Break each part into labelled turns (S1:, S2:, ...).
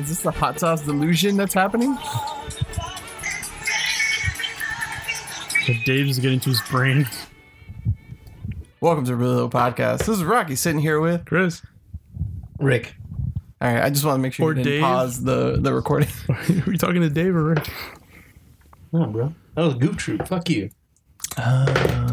S1: this the hot sauce delusion that's happening?
S2: Dave's getting to his brain.
S1: Welcome to Really Little Podcast. This is Rocky sitting here with.
S2: Chris.
S3: Rick.
S1: All right, I just want to make sure
S2: Or
S1: you didn't
S2: Dave.
S1: pause the the recording.
S2: Are you talking to Dave or Rick?
S3: No, bro. That was Goop Troop. Fuck you.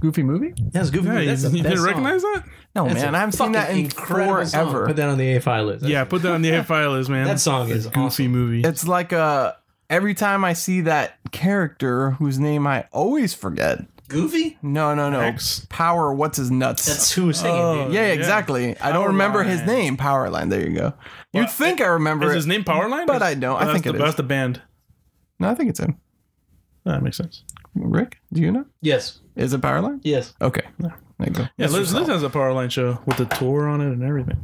S1: Goofy movie?
S3: That was Goop
S2: Yeah,
S3: Troop.
S2: you,
S3: That's the
S2: you
S3: best
S2: didn't
S3: song.
S2: recognize that?
S1: No,
S3: That's
S1: man,
S3: a
S1: I haven't seen that
S3: fucking
S1: in
S3: incredible song.
S1: forever.
S3: Put that on the AFI list. That's-
S2: Yeah, put that on the AFI list, man.
S3: That song is
S2: goofy
S3: awesome.
S2: movie.
S1: It's like uh every time I see that character whose name I always forget.
S3: Goofy?
S1: No, no, no.
S2: X.
S1: Power. What's his nuts?
S3: That's who was singing,
S2: Oh.
S3: dude.
S1: yeah,
S2: yeah.
S1: exactly. I don't remember his
S2: Powerline.
S1: name. Powerline. There you go.
S2: Well,
S1: You'd think I remember
S2: is
S1: it.
S2: his name Powerline?
S1: But I don't. I
S2: That's
S1: think
S2: the,
S1: it is.
S2: That's the band. Ah,
S1: No, I think it's him.
S2: That makes sense.
S1: Rick, do you know?
S3: Yes.
S1: Is it Powerline?
S3: Yes.
S1: Okay. There you go.
S2: Yeah,
S1: That's
S2: Liz,
S1: yourself.
S2: Liz has a Powerline show with the tour on it and everything.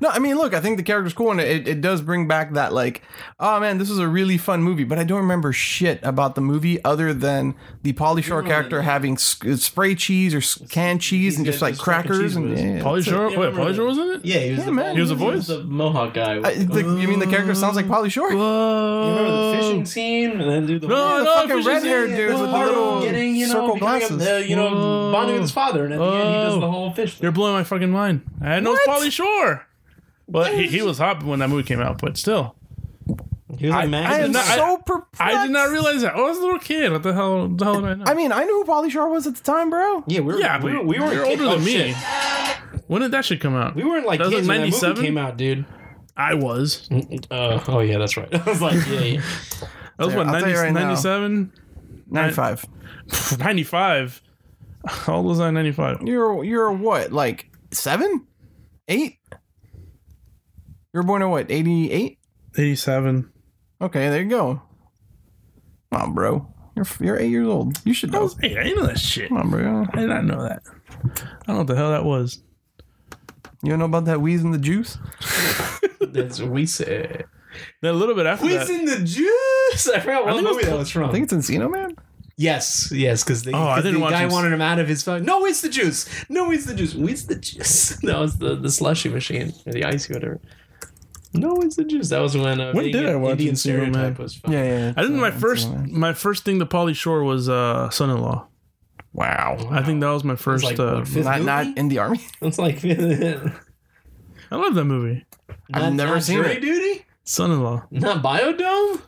S1: No, I mean, look, I think the character's cool, and it, it does bring back that, like, oh man, this was a really fun movie, but I don't remember shit about the movie other than the Polly Shore character having sc- spray cheese or s- canned cheese and
S3: got
S1: just like
S3: just fucking
S1: crackers.
S3: cheese
S1: And,
S3: whiz.
S1: yeah, yeah,
S2: Polly
S1: that's it.
S2: Shore? wait,
S3: Yeah, remember
S2: Polly
S3: that.
S2: Shore was in it?
S3: Yeah, he was
S1: Yeah,
S3: the
S1: man.
S2: He was a
S3: he
S2: voice?
S3: was the Mohawk guy.
S1: I,
S3: With the,
S1: the, you mean the character sounds like Polly Shore?
S2: Whoa.
S3: you remember the
S1: uh,
S3: fishing scene and then do the
S2: No,
S1: Yeah, the
S2: no,
S1: fucking
S2: fishing
S1: red haired
S2: scene.
S1: dude with the
S3: part
S1: little
S3: of getting you know
S1: circle
S3: becoming a-
S1: glasses.
S3: uh, you know
S2: Whoa.
S3: bonding with his father, and at the end he does
S2: Whoa.
S3: the whole fish.
S2: You're
S3: Thing.
S2: blowing my fucking mind. I didn't know it was
S1: What?
S2: Polly Shore. But he, he was hot when that movie came out, but still.
S3: He was like
S1: I am
S2: did not- I-
S1: so perplexed.
S2: I did not realize that. I was a little kid. What the hell, the hell did I know?
S1: I mean, I knew who Polly Shore was at the time, bro.
S3: Yeah, we were.
S2: yeah,
S3: we
S2: but
S3: were, we were
S2: you're
S3: kids-
S2: older than
S3: oh,
S2: me.
S3: shit.
S2: When did that shit come out?
S3: We weren't like
S2: That was, like,
S3: kids when that movie
S2: 97?
S3: came out, dude.
S2: I was.
S3: Uh, oh yeah, that's right. I was like, yeah, yeah.
S2: That was
S1: I'll
S2: what,
S1: tell
S2: 90,
S1: you right now.
S2: 97?
S1: 95.
S2: 95. How old was I in 95?
S1: You're, you're what, like seven? Eight? You were born in what, 88?
S2: 87.
S1: Okay, there you go. Come on, bro. You're you're eight years old. You should
S2: I
S1: know.
S2: was eight. I didn't know that shit.
S1: Come on, bro.
S2: I did not know that. I don't know what the hell that was.
S1: You don't know about that wheeze in the juice?
S3: That's what we said.
S2: Then a little bit after that.
S3: in the juice. I forgot
S2: I
S3: what
S2: think it was
S3: movie that was from.
S1: I think it's Encino Man.
S3: yes, yes, because the,
S2: Oh, I
S3: 'cause
S2: didn't
S3: the
S2: watch
S3: guy
S2: this.
S3: wanted him out of his phone. No, it's the juice. No, it's the juice. It's the juice. That was the, the slushy machine or the icy whatever. No, it's the juice. That was when uh,
S2: When
S3: being
S2: did I
S3: an
S2: watch
S3: Indian
S2: Encino Man?
S3: stereotype was fun.
S1: yeah.
S2: I think my first my first thing to Polly Shore was uh, Son-in-Law.
S1: Wow.
S2: I think that was my first.
S3: like,
S2: uh,
S3: what, fifth
S1: Not not
S3: movie?
S1: in the army.
S3: It's like I've
S2: I love that movie,
S1: never seen it.
S3: Duty,
S2: Son-in-Law.
S3: not Biodome,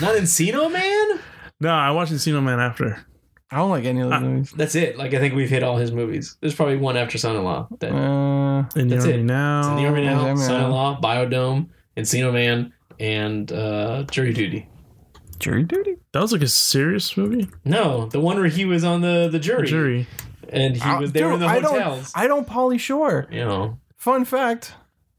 S3: not Encino Man.
S2: No, I watched Encino Man after.
S1: I don't like any of
S2: Ah.
S1: those movies.
S3: That's it. Like I think we've hit all his movies. There's probably one after Son-in-Law. That,
S1: Uh,
S2: In the
S3: That's
S2: Army
S3: it.
S2: now.
S3: It's in the Army now,
S1: Yeah, man.
S3: Son-in-Law, Biodome, Encino Man, and uh, Jury Duty.
S1: jury duty.
S2: That was like a serious movie.
S3: No, the one where he was on the, the jury,
S2: Jury.
S3: and he was there
S1: Uh, Dude,
S3: in the
S1: I
S3: hotels.
S1: don't. I don't. Polly Shore.
S3: You know,
S1: Fun fact.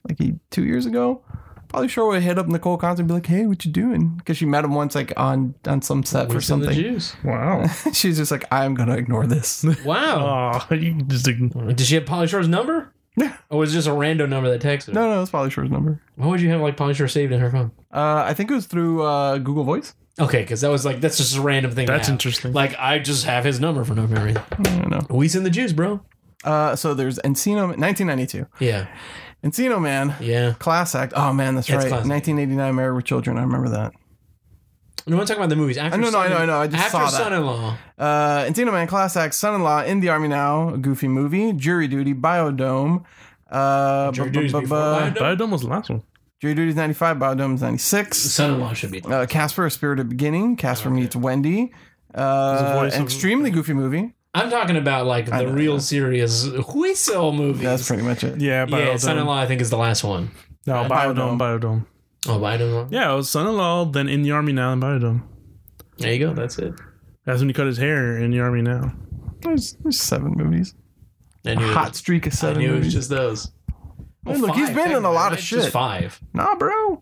S1: Like he, two years ago, Polly Shore would hit up Nicole Compton and be like, "Hey, what you doing?" Because she met him once, like on on some set for
S3: Who's in the
S1: something.
S3: Jews.
S2: Wow.
S1: She's just like, "I'm gonna ignore this."
S3: Wow.
S2: oh, you just ign-
S3: Did she have Polly Shore's number?
S1: Uh, Yeah.
S3: Or was it just a random number that texted her?
S1: No, no, it's Polly Shore's number.
S3: Why would you have like Polly Shore saved in her phone?
S1: Uh, I think it was through uh, Google Voice.
S3: Okay, because that was like that's just a random thing. to
S2: That's
S3: have.
S2: interesting.
S3: Like I just have his number for no reason.
S1: I don't know.
S3: We in the Jews, bro.
S1: Uh, so there's Encino, 1992.
S3: Yeah,
S1: Encino Man,
S3: yeah.
S1: class act. Oh man, that's,
S3: That's
S1: right.
S3: classic.
S1: 1989, Married with Children. I remember that.
S3: No, I'm talking about the movies. After
S1: I know, no, I know, I know. I just
S3: after
S1: saw that.
S3: son-in-law.
S1: Uh, Encino Man, class act, son-in-law, in the army now, a goofy movie, jury duty, biodome. Uh,
S3: Jury
S1: bu-
S3: Duty's
S1: bu-
S3: before
S1: bu-
S3: Biodome?
S2: Biodome was the last one.
S1: jury duty's 95, biodome's 96.
S3: Son-in-law should be.
S1: Uh, Casper, a spirited beginning. Casper meets Wendy.
S2: There's a
S1: Uh,
S2: voice
S1: an
S2: of-
S1: extremely goofy movie.
S3: I'm talking about like the
S1: know,
S3: real serious Huiso movies.
S1: That's pretty much it.
S2: Yeah, Biodome.
S3: yeah, son-in-law. I think is the last one.
S2: No,
S1: Biodome.
S2: Biodome, Biodome.
S3: Oh, Biden.
S2: Yeah, it was son-in-law, then in the army now, and Biodome.
S3: There you go. That's it.
S2: That's when he cut his hair in the army now.
S1: There's, there's seven movies.
S3: I knew,
S1: Hot
S3: it,
S1: streak of
S3: I
S1: seven
S3: knew it
S1: movies.
S3: was just those.
S1: Man, look, he's
S3: Five,
S1: been in a lot of
S3: technically,
S1: shit.
S3: right? Just five.
S1: Nah, bro.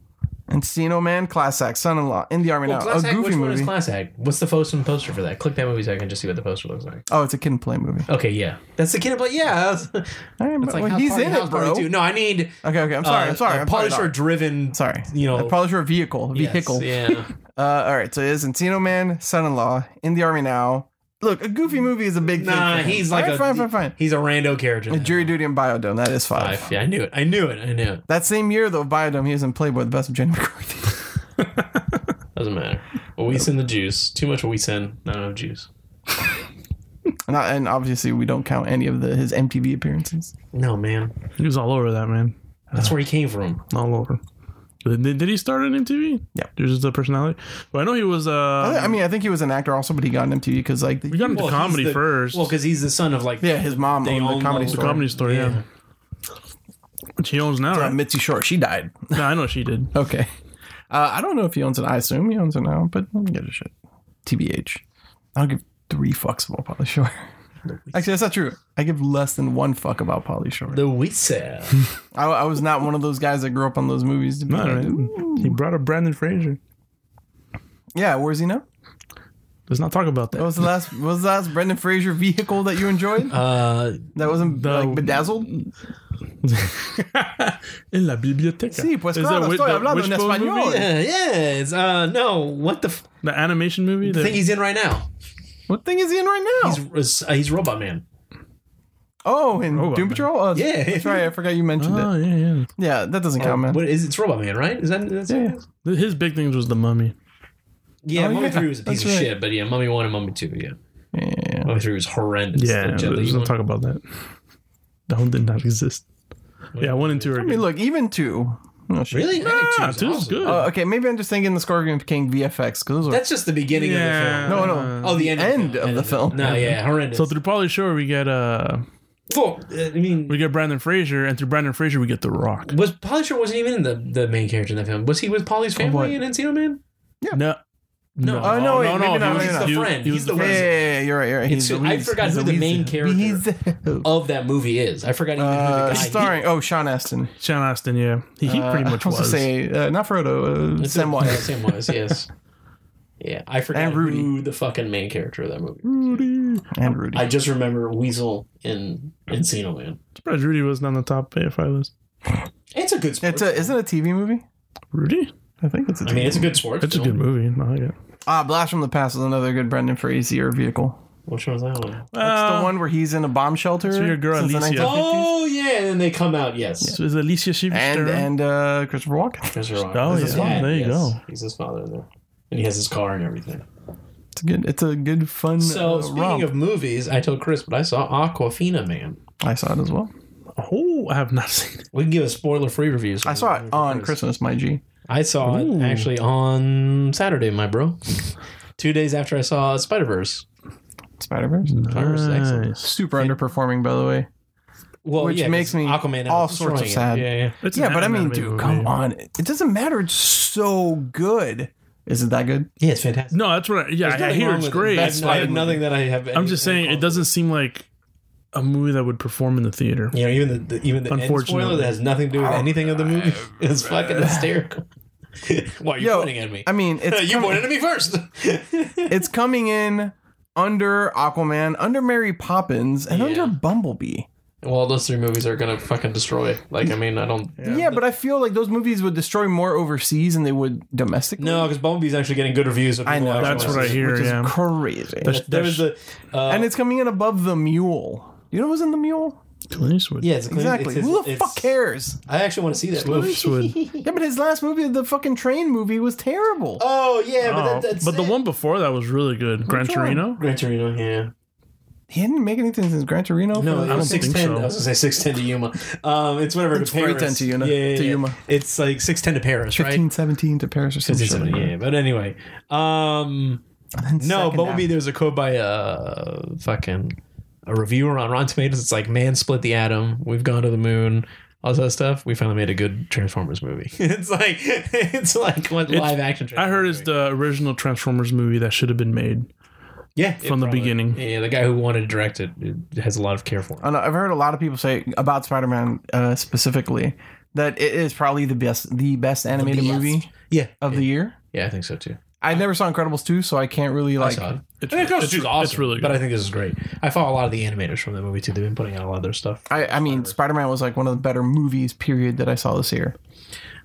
S1: Encino Man, Class Act, Son in Law, In the Army
S3: Well,
S1: Now,
S3: Class
S1: a
S3: Act,
S1: goofy
S3: which one is
S1: movie.
S3: Class Act? What's the Fosun poster for that? Click that movie so I can just see what the poster looks like.
S1: oh, it's a kid and play movie.
S3: Okay, yeah, that's the kid. But yeah, that's, that's
S1: All right, but-
S3: like
S1: well,
S3: House
S1: he's
S3: Party,
S1: in
S3: House
S1: it,
S3: Party
S1: bro.
S3: 2. No, I need.
S1: Okay, okay. I'm sorry.
S3: uh,
S1: I'm sorry.
S3: A
S1: I'm sorry.
S3: polisher driven.
S1: Sorry.
S3: You know.
S1: A polisher vehicle.
S3: yes,
S1: Vehicle.
S3: Yeah.
S1: Uh, all right. So it is Encino Man, Son in Law, In the Army Now. Look, a goofy movie is a big thing.
S3: Nah,
S1: for him.
S3: he's like
S1: All right,
S3: a
S1: fine, fine, fine.
S3: He's a rando character. now.
S1: Jury duty and Biodome. That is five.
S3: Five. Yeah, I knew it. I knew it. I knew it.
S1: That same year though, Biodome, he was in Playboy, the best of Jenny McCarthy.
S3: Doesn't matter. Weiss in the juice. Too much Weiss in. Not enough juice.
S1: and, I- and obviously, we don't count any of the his MTV appearances.
S3: No man,
S2: He was all over that man,
S3: that's where he came from.
S2: all over. Did, did he start on MTV?
S1: Yeah. Oh,
S2: There's the personality. But I know he was.
S1: I thi-
S2: Uh,
S1: I mean, I think he was an actor also, but he got an MTV because like
S2: we got into
S3: Well, he's
S2: comedy
S3: the-
S2: first.
S3: Well, because he's the son of like
S1: yeah, his mom
S3: They
S1: owned
S3: all
S1: the comedy
S3: know-
S2: the
S1: store.
S2: comedy store, yeah.
S3: Yeah.
S2: Which he owns now,
S1: Uh,
S2: right?
S1: Mitzi Short, she died.
S2: no, I know she did.
S1: Okay. Uh, I don't know if he owns it. I assume he owns it now, but I don't give a shit. TBH. I don't give three fucks about Polly Shore. Actually, that's not true. I give less than one fuck about Polly Shore.
S3: the Weiss.
S1: I, I was not one of those guys that grew up on those movies. To be
S2: No,
S1: like,
S2: right.
S1: "Ooh."
S2: He brought up Brandon Fraser.
S1: Yeah, where's he now?
S2: Let's not talk about that.
S1: What was the last? What was the last Brendan Fraser vehicle that you enjoyed?
S3: Uh,
S1: That wasn't
S2: the-
S1: like bedazzled.
S2: En la biblioteca.
S1: Sí, pues
S2: Is
S1: claro, estoy
S2: that with the
S1: hablando en
S2: Wishbone
S1: español.
S2: movie?
S3: yeah, yes. Uh, no. What the, f-
S2: The animation movie?
S3: the
S2: that-
S3: thing he's in right now?
S1: What thing is he in right now?
S3: He's uh, he's Robot Man.
S1: oh, in
S2: Robot
S1: Doom
S2: Man.
S1: Patrol. Oh,
S3: Yeah. Oh,
S1: that's right. I forgot you mentioned
S2: oh,
S1: it.
S2: yeah, yeah.
S1: Yeah, that doesn't count, man.
S3: What is it's Robot Man, right? Is that that's
S1: Yeah.
S2: Th- His big things was the mummy.
S3: Yeah,
S1: Oh,
S3: Mummy
S1: yeah,
S3: Three was a piece of
S1: that's right.
S3: shit, but yeah, Mummy One and Mummy Two, yeah.
S1: Yeah.
S3: Mummy Three was horrendous. The Jet Li
S2: let's not
S3: one.
S2: talk about that. That one did not exist. Yeah, one and two are
S1: I mean,
S2: good.
S1: look, even two. Oh, shit.
S3: Really? I think
S2: Ah,
S3: was
S2: two's
S3: awesome.
S2: good.
S1: Oh, okay. Maybe I'm just thinking the Scorpion King VFX because those are
S3: That's just the beginning
S2: Yeah.
S3: of the
S1: no,
S3: film.
S1: no.
S3: Oh, the end,
S1: end of the film.
S3: No, yeah, horrendous.
S2: So through Polly Shore we get uh
S3: Well, I mean,
S2: we get Brandon Fraser, and through Brandon Fraser we get The Rock.
S3: was Polly Shore wasn't even in the, the main character in that film? Was he with Polly's
S1: what?
S3: family in Encino Man?
S2: No, no,
S1: Oh, no, wait, maybe not,
S2: he was-
S1: maybe not.
S2: he was-
S3: Friend.
S2: he was
S3: He's the
S2: the
S1: Yeah,
S3: friend.
S2: friend.
S1: yeah, yeah, you're right. You're right.
S3: It's- I forgot who the main character-
S1: He's the-
S3: Of that movie is I forgot. Even who the
S1: uh,
S3: guy
S1: starring. Oh, Sean Astin.
S2: Sean Astin, yeah, he, he
S1: Uh,
S2: pretty much
S1: I was.
S2: was.
S1: to say uh, not Frodo. Uh,
S3: It's-
S1: Samwise.
S3: yeah, Samwise, yes. Yeah, I forgot
S1: And Rudy.
S3: who the fucking main character of that movie.
S2: Rudy.
S1: and Rudy.
S3: I just remember Weasel in Encino Man.
S2: Surprised Rudy wasn't on the top AFI list.
S3: It's a good.
S1: it's
S3: Sports
S1: a. Isn't it a TV movie?
S2: Rudy,
S1: I think it's a. TV
S3: I mean, it's a good sports.
S2: that's a
S3: film.
S2: good movie. Oh, No, I get-
S1: ah, Blast from the Past is another good Brendan Fraser vehicle.
S3: Which one's that one?
S1: That's
S2: Well,
S1: the one where he's in a bomb shelter.
S2: Ah. so your girl
S1: since the
S2: Alicia.
S1: 1950s.
S3: Oh yeah, and then they come out. Yes,
S2: so is Alicia Silverstone.
S1: and and uh, Christopher Walken.
S3: Chris Rock.
S2: Oh,
S3: That's his
S2: yeah.
S3: dad,
S2: There you go.
S3: He's his father in there, and he has his car and everything.
S1: It's a good. It's a good fun.
S3: So
S1: uh,
S3: speaking
S1: romp.
S3: of movies, I told Chris, but I saw Aquafina Man.
S1: I saw it as well.
S2: oh, I have not seen it.
S3: We can give a spoiler-free review. so
S1: I saw it on Christmas, my G.
S3: I saw
S2: Ooh.
S3: it actually on Saturday, my bro. Two days after I saw Spider Verse.
S1: Spider Verse.
S3: Pirates is excellent.
S2: Nice.
S1: Super underperforming, by the way.
S3: Well,
S1: Which
S3: yeah,
S1: makes
S3: 'cause
S1: me
S3: Aquaman ended
S1: all
S3: up
S1: sorts of
S3: destroying it.
S1: sad.
S3: Yeah, yeah.
S2: It's
S1: yeah,
S2: an
S1: but I mean,
S2: anime
S1: dude,
S2: movie.
S1: come on. It it doesn't matter. It's so good. Is it that good?
S3: Yeah, it's fantastic.
S2: No, that's what. I, yeah,
S3: There's
S2: I
S3: nothing
S2: hear
S3: wrong
S2: it's
S3: with it.
S2: great.
S3: That's-
S2: but
S3: I have nothing that I have.
S2: I'm just saying it doesn't seem like a movie that would perform in the theater.
S3: You know, even the, the even the end spoiler
S2: Unfortunately.
S3: that has nothing to do with anything of the movie is fucking hysterical. Why are you
S1: Yo,
S3: pointing at me?
S1: I mean, it's
S3: you
S1: coming,
S3: pointed at me first.
S1: it's coming in under Aquaman, under Mary Poppins, and
S3: Yeah.
S1: under Bumblebee.
S3: well, those three movies are gonna fucking destroy. Like, I mean, I don't.
S1: Yeah. but I feel like those movies would destroy more overseas than they would domestically.
S3: No, because Bumblebee's actually getting good reviews. Of
S1: I
S3: people
S1: know
S3: actually
S2: That's what
S3: wanna
S2: I
S3: see it.
S2: hear,
S1: Which is
S2: yeah.
S1: crazy.
S2: That's-
S3: There was the uh,
S1: and it's coming in above the Mule. You know what was in the Mule?
S2: Clint Eastwood.
S3: yeah, it's a clean-
S1: Exactly.
S3: it's his-
S1: Who the
S3: it's-
S1: fuck cares?
S3: I actually want to see that
S2: Clint
S3: movie.
S2: Eastwood.
S1: Yeah, but his last movie, the fucking train movie, was terrible.
S3: Oh yeah, but
S2: Oh,
S3: that, that's
S2: but the
S3: it.
S2: one before that was really good. Gran
S1: Which one?
S2: Torino.
S3: Gran Torino, yeah.
S1: he didn't make anything since Gran Torino.
S3: No,
S1: for
S3: it
S1: like-
S3: was
S2: don't think
S3: 610.
S2: so.
S3: I was going to say 610 to Yuma. Um, it's whatever
S1: It's
S3: to
S1: 310
S3: Paris.
S1: to Yuma- to Yuma.
S3: It's like 610 to Paris, right?
S1: 15, 17 to Paris or
S3: It's in
S1: something.
S3: Sydney, yeah, but anyway. Um, no, Bumblebee, there was a quote by a fucking a reviewer on Rotten Tomatoes. It's like, man, split the atom. We've gone to the moon. All that stuff. We finally made a good Transformers movie. it's like it's like what live action.
S2: I heard it's
S3: Transformers
S2: the original Transformers movie that should have been made.
S3: movie. yeah it
S2: from the
S3: probably-
S2: beginning.
S3: Yeah, the guy who wanted to direct it, it has a lot of care for. It.
S1: I know, I've heard a lot of people say about Spider-Man uh, specifically that it is probably the best, the best animated
S3: best.
S1: movie
S3: Yeah,
S1: of the year.
S3: yeah, I think so too.
S1: I never saw Incredibles 2, so I can't really like.
S3: saw it.
S2: It's,
S3: I mean, Ghostbusters
S2: it's-
S3: is awesome,
S2: it's really good.
S3: but I think this is great. I follow a lot of the animators from the movie too. They've been putting out a lot of their stuff.
S1: I, I mean, Spider Man was like one of the better movies, period, that I saw this year.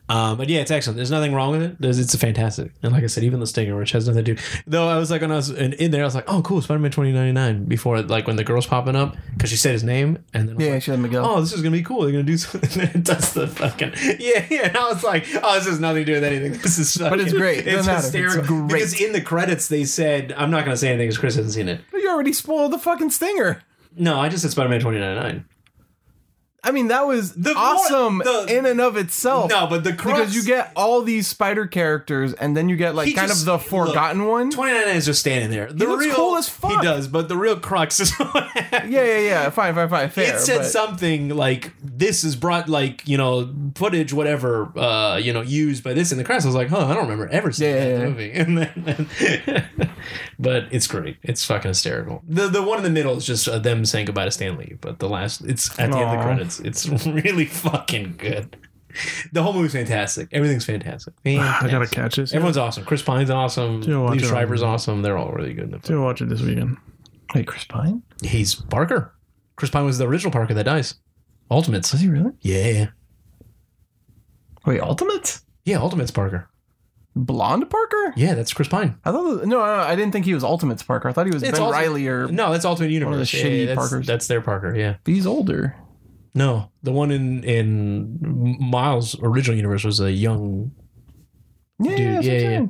S3: Um, but yeah, it's excellent. There's nothing wrong with it. There's, it's fantastic. And like I said, even the stinger, which has nothing to do. Though I was like, when I was in, in there, I was like, oh, cool, Spider Man 2099. Before, like, when the girl's popping up, because she said his name. And then I was
S1: Yeah,
S3: like,
S1: she had Miguel.
S3: oh, this is going to be cool. They're going to do something. And it does the fucking. Yeah, yeah. And I was like, oh, this has nothing to do with anything. This is fucking,
S1: it's great. It
S3: It's
S1: doesn't matter. It's
S3: hysterical.
S1: great.
S3: Because in the credits, they said, I'm not going to say anything because Chris hasn't seen it.
S1: Oh. You already spoiled the fucking stinger.
S3: No, I just said Spider Man 2099.
S1: I mean, that was
S3: The more-
S1: awesome
S3: the-
S1: in and of itself.
S3: No, but the crux.
S1: Oh. because you get all these spider characters, and then you get like
S3: He
S1: kind
S3: just-
S1: of the
S3: look,
S1: forgotten one.
S3: 29 is just standing there. The
S1: looks
S3: real,
S1: cool as
S3: He
S1: fuck.
S3: does, but the real crux is what happened.
S1: yeah, yeah, yeah. Fine, fine, fine. Fair.
S3: It said
S1: but-
S3: something like this is brought like you know footage whatever uh you know used by this in the credits. I was like, huh, I don't remember ever seeing
S1: Yeah, yeah,
S3: that
S1: yeah.
S3: movie. And then, but it's great. It's fucking hysterical. The the one in the middle is just uh, them saying goodbye to Stanley, but the last it's at the end of the
S1: Aw.
S3: credits. It's really fucking good. The whole movie's fantastic. Everything's fantastic.
S2: I gotta
S3: Fantastic.
S2: catch this.
S3: Everyone's awesome. Chris Pine's awesome.
S2: Yeah, watch
S3: Lee
S2: it.
S3: Shriver's awesome. They're all really good. in it.
S2: Dude, watch it this weekend.
S1: Wait, Chris Pine?
S3: He's Parker. Chris Pine was the original Parker that dies. Ultimates.
S1: Was he really?
S3: Yeah.
S1: Wait, Ultimate?
S3: Yeah, Ultimates Parker.
S1: Blonde Parker?
S3: Yeah, that's Chris Pine.
S1: I thought no, no, I didn't think he was Ultimate's Parker. I thought he was
S3: It's
S1: Ben
S3: also-
S1: Riley or
S3: No, that's Ultimate Universe.
S1: One of the
S3: Yeah,
S1: shitty
S3: yeah, that's,
S1: Parkers.
S3: That's their Parker. Yeah.
S1: he's older.
S3: No, the one in in Miles' original universe was a young.
S1: Yeah,
S3: Dude,
S1: yeah,
S3: yeah,
S1: yeah,
S3: yeah.
S1: yeah.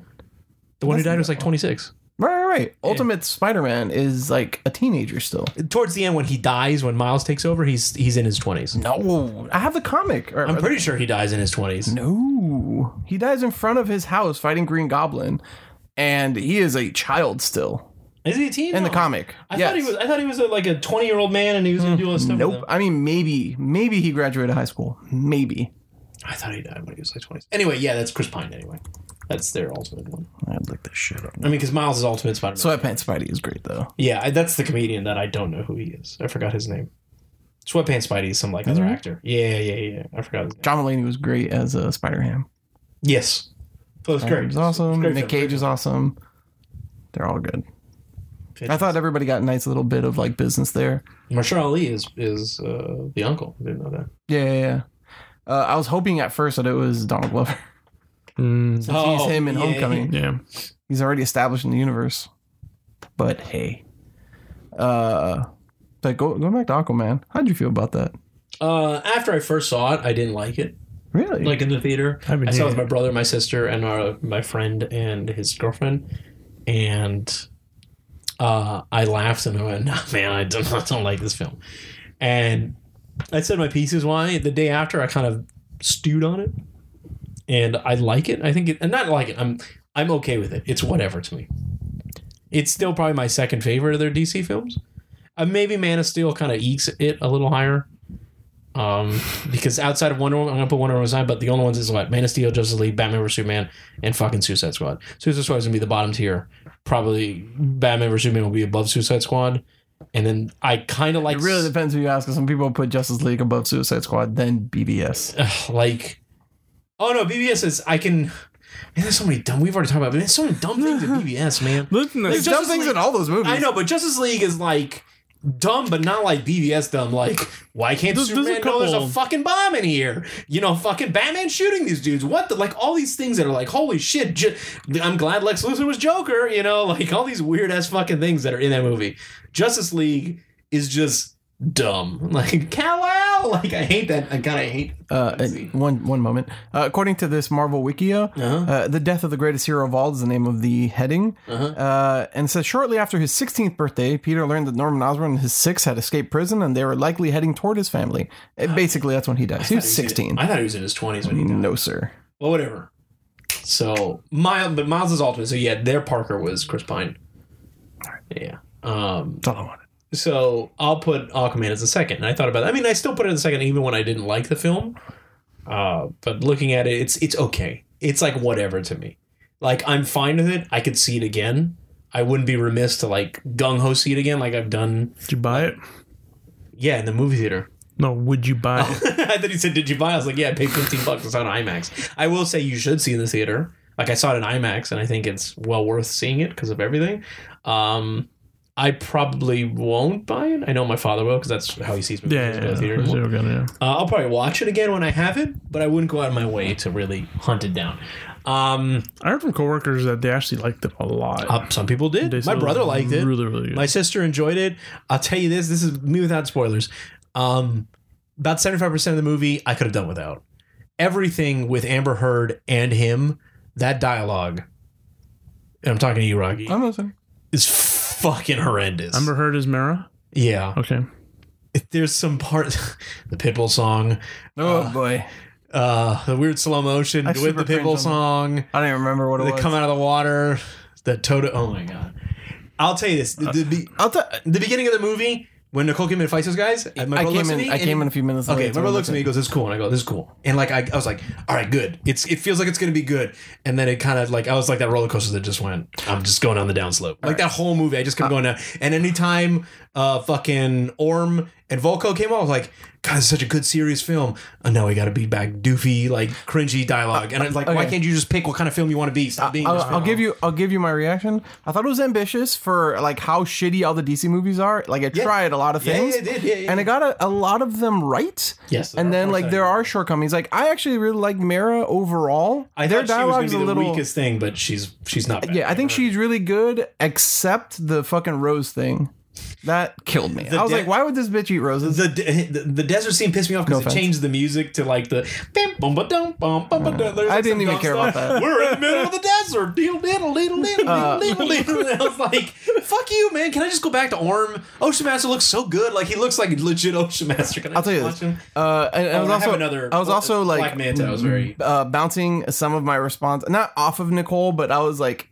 S3: The one who
S1: That's-
S3: died was like 26.
S1: Right, right, right. Ultimate Spider-Man is like a teenager still.
S3: Towards the end, when he dies, when Miles takes over, he's he's in his 20s.
S1: No, I have the comic. Or-
S3: I'm pretty sure he dies in his 20s.
S1: no, he dies in front of his house fighting Green Goblin, and he is a child still
S3: Is he a teen?
S1: in the
S3: No.
S1: comic.
S3: I
S1: Yes.
S3: thought he was. I thought he was a, like a 20 year old man, and he was gonna do all this stuff. with
S1: Nope.
S3: them.
S1: I mean, maybe, maybe he graduated high school. Maybe.
S3: I thought he died when he was like 20s. Anyway, yeah, that's Chris Pine. Anyway, that's their ultimate one.
S1: I'd look this shit up.
S3: I mean, because Miles is Ultimate Spider-Man.
S1: Sweatpants Spidey is great though.
S3: yeah, I- that's the comedian that I don't know who he is. I forgot his name. Sweatpants Spidey is some like other
S1: Mm-hmm.
S3: actor. Yeah, yeah, yeah. yeah. I forgot. His name.
S1: John Mulaney was great as a Spider Ham.
S3: Yes, so it's
S1: He
S3: great.
S1: was awesome.
S3: It's great
S1: Nick
S3: film.
S1: Cage is awesome. They're all good.
S3: Great
S1: I thought everybody got a nice little bit of like business there.
S3: Marshall Ali is is uh, the uncle. I didn't know that.
S1: Yeah, yeah. yeah. Uh, I was hoping at first that it was Donald Glover.
S2: Mm,
S1: Since
S3: Oh,
S1: he's him in
S3: yeah,
S1: Homecoming.
S2: yeah.
S1: He's already established in the universe. But hey, uh, but go going back to Aquaman. How'd you feel about that?
S3: Uh, after I first saw it, I didn't like it.
S1: Really?
S3: like in the theater. I,
S2: I've been
S3: saw it with
S2: here.
S3: my brother, my sister, and our, my friend and his girlfriend, and uh, I laughed and I went, "No, man, I don't, I don't like this film." And I said my pieces. Why? The day after, I kind of stewed on it, and I like it. I think, it, and not like it. I'm I'm okay with it. It's whatever to me. It's still probably my second favorite of their DC films. Uh, maybe Man of Steel kind of ekes it a little higher. Um, because outside of Wonder Woman, I'm gonna put Wonder Woman aside, but the only ones is what Man of Steel, Justice League, Batman vs Superman, and fucking Suicide Squad. Suicide Squad is gonna be the bottom tier. Probably Batman vs Superman will be above Suicide Squad, and then I kind of like
S1: it really depends who you ask. 'cause Some people put Justice League above Suicide Squad, then BBS.
S3: Ugh, like oh no bbs is i can man there's so many dumb we've already talked about it, but there's so many dumb things in bbs man
S2: Listen,
S1: There's
S2: to-
S1: dumb
S3: Justice
S1: things
S3: League-
S1: in all those movies.
S3: i know but justice league is like dumb but not like bbs dumb like why can't
S2: There's- there's a
S3: superman know there's a
S2: couple-
S3: fucking bomb in here you know fucking batman shooting these dudes what the like all these things that are like holy shit ju- i'm glad lex luthor was joker you know like all these weird ass fucking things that are in that movie justice league is just dumb like kal-el like i hate that i gotta hate
S1: Uh, uh, one one moment. Uh, according to this Marvel Wikia,
S3: Uh-huh.
S1: uh, the death of the greatest hero of all is the name of the heading,
S3: Uh-huh.
S1: uh, and it says shortly after his 16th birthday, Peter learned that Norman Osborn and his six had escaped prison, and they were likely heading toward his family. Uh, basically, that's when he dies. He was 16.
S3: I thought he was in his twenties when he died.
S1: No, sir.
S3: Well, whatever. So Miles, but Miles is ultimate. So yeah, their Parker was Chris Pine. Yeah. Um.
S1: That's all I wanted.
S3: So I'll put Aquaman as a second. And I thought about. That. I mean, I still put it as a second, even when I didn't like the film. Uh. But looking at it, it's it's okay. It's like whatever to me. Like I'm fine with it. I could see it again. I wouldn't be remiss to like gung ho see it again, like I've done.
S2: Did you buy it?
S3: Yeah, in the movie theater.
S2: No, would you buy it?
S3: I thought he said, "Did you buy?" I was like, "Yeah, I paid fifteen bucks. It's on IMAX." I will say you should see in the theater. Like I saw it in IMAX, and I think it's well worth seeing it because of everything. Um, I probably won't buy it. I know my father will because that's how he sees movies.
S2: Yeah,
S3: He
S2: yeah,
S3: goes to the theater
S2: for
S3: more.
S2: sure, yeah.
S3: Uh, I'll probably watch it again when I have it, but I wouldn't go out of my way to really hunt it down. Um,
S2: I heard from coworkers that they actually liked it a lot.
S3: uh, some people
S2: They
S3: did.
S2: said
S3: My
S2: it was
S3: brother liked it.
S2: Really, really good.
S3: My sister enjoyed it. I'll tell you this: this is me without spoilers. Um, about seventy-five percent of the movie, I could have done without. Everything with Amber Heard and him, that dialogue. And I'm talking to you, Rocky.
S1: I'm listening.
S3: is fucking horrendous.
S2: Amber Heard is Mara.
S3: yeah,
S2: Okay.
S3: there's some part, the Pitbull song,
S1: Oh boy,
S3: uh, the weird slow motion
S1: I
S3: with
S1: super
S3: the
S1: cringe on
S3: Pitbull
S1: that.
S3: song.
S1: I don't even remember what it
S3: They
S1: was.
S3: come out of the water. That Toto. Oh my god! I'll tell you this: the, the, be-
S1: I'll t-
S3: the beginning of the movie when Nicole Kidman fights those guys. and my
S1: I came
S3: brother looks at
S1: in.
S3: me
S1: I
S3: and-
S1: came in a few minutes.
S3: Okay,
S1: late, so
S3: my brother
S1: I'm
S3: looks at me.
S1: listening.
S3: He goes, "This is cool," and I go, "This is cool." And like I, I was like, "All right, good. It's it feels like it's gonna be good." And then it kind of like I was like that roller coaster that just went. I'm just going on the downslope. Like that whole movie, I just
S1: Uh,
S3: kept going down. And anytime, uh, fucking Orm and Volko came on, I was like, "God, it's such a good serious film." And now we got to be back doofy, like cringy dialogue. And I'm like, "Why
S1: okay. Uh,
S3: can't you just pick what kind of film you want to be? Stop being."
S1: I'll,
S3: this
S1: I'll give you. I'll give you my reaction. I thought it was ambitious for like how shitty all the DC movies are. Like it tried a lot of
S3: Yeah,
S1: things,
S3: yeah, it did. Yeah, yeah,
S1: and
S3: yeah.
S1: it got a, a lot of them right.
S3: Yes,
S1: and
S3: there
S1: then
S3: are
S1: like
S3: parts
S1: there
S3: that I-
S1: are shortcomings. Like I actually really like Mara overall.
S3: I
S1: Their
S3: thought she was gonna
S1: dialogue's
S3: be
S1: a
S3: the
S1: little
S3: weakest thing, but she's she's not. Bad.
S1: Yeah, I think she's really good, except the fucking rose thing. That killed me. I was
S3: de-
S1: like, why would this bitch eat roses?
S3: the, the the desert scene pissed me off
S1: No
S3: because it
S1: offense.
S3: changed the music to like the bam, bum, ba, dum, bum, bum, ba, dum. There's,
S1: I
S3: like,
S1: didn't
S3: some
S1: even
S3: dumb
S1: care about
S3: stuff.
S1: that. Uh,
S3: We're in the middle of the desert. Deal, diddle, diddle, diddle, diddle, diddle. And I was like, "Fuck you, man! Can I just go back to Orm? Ocean Master looks so good. Like he looks like legit Ocean Master. Can I
S1: I'll tell you
S3: watch
S1: this.
S3: him?
S1: Uh, and, and I
S3: Oh,
S1: was
S3: and I
S1: also
S3: have another.
S1: I was also like
S3: Black Manta. I was very.
S1: uh, bouncing some of my response, not off of Nicole, but I was like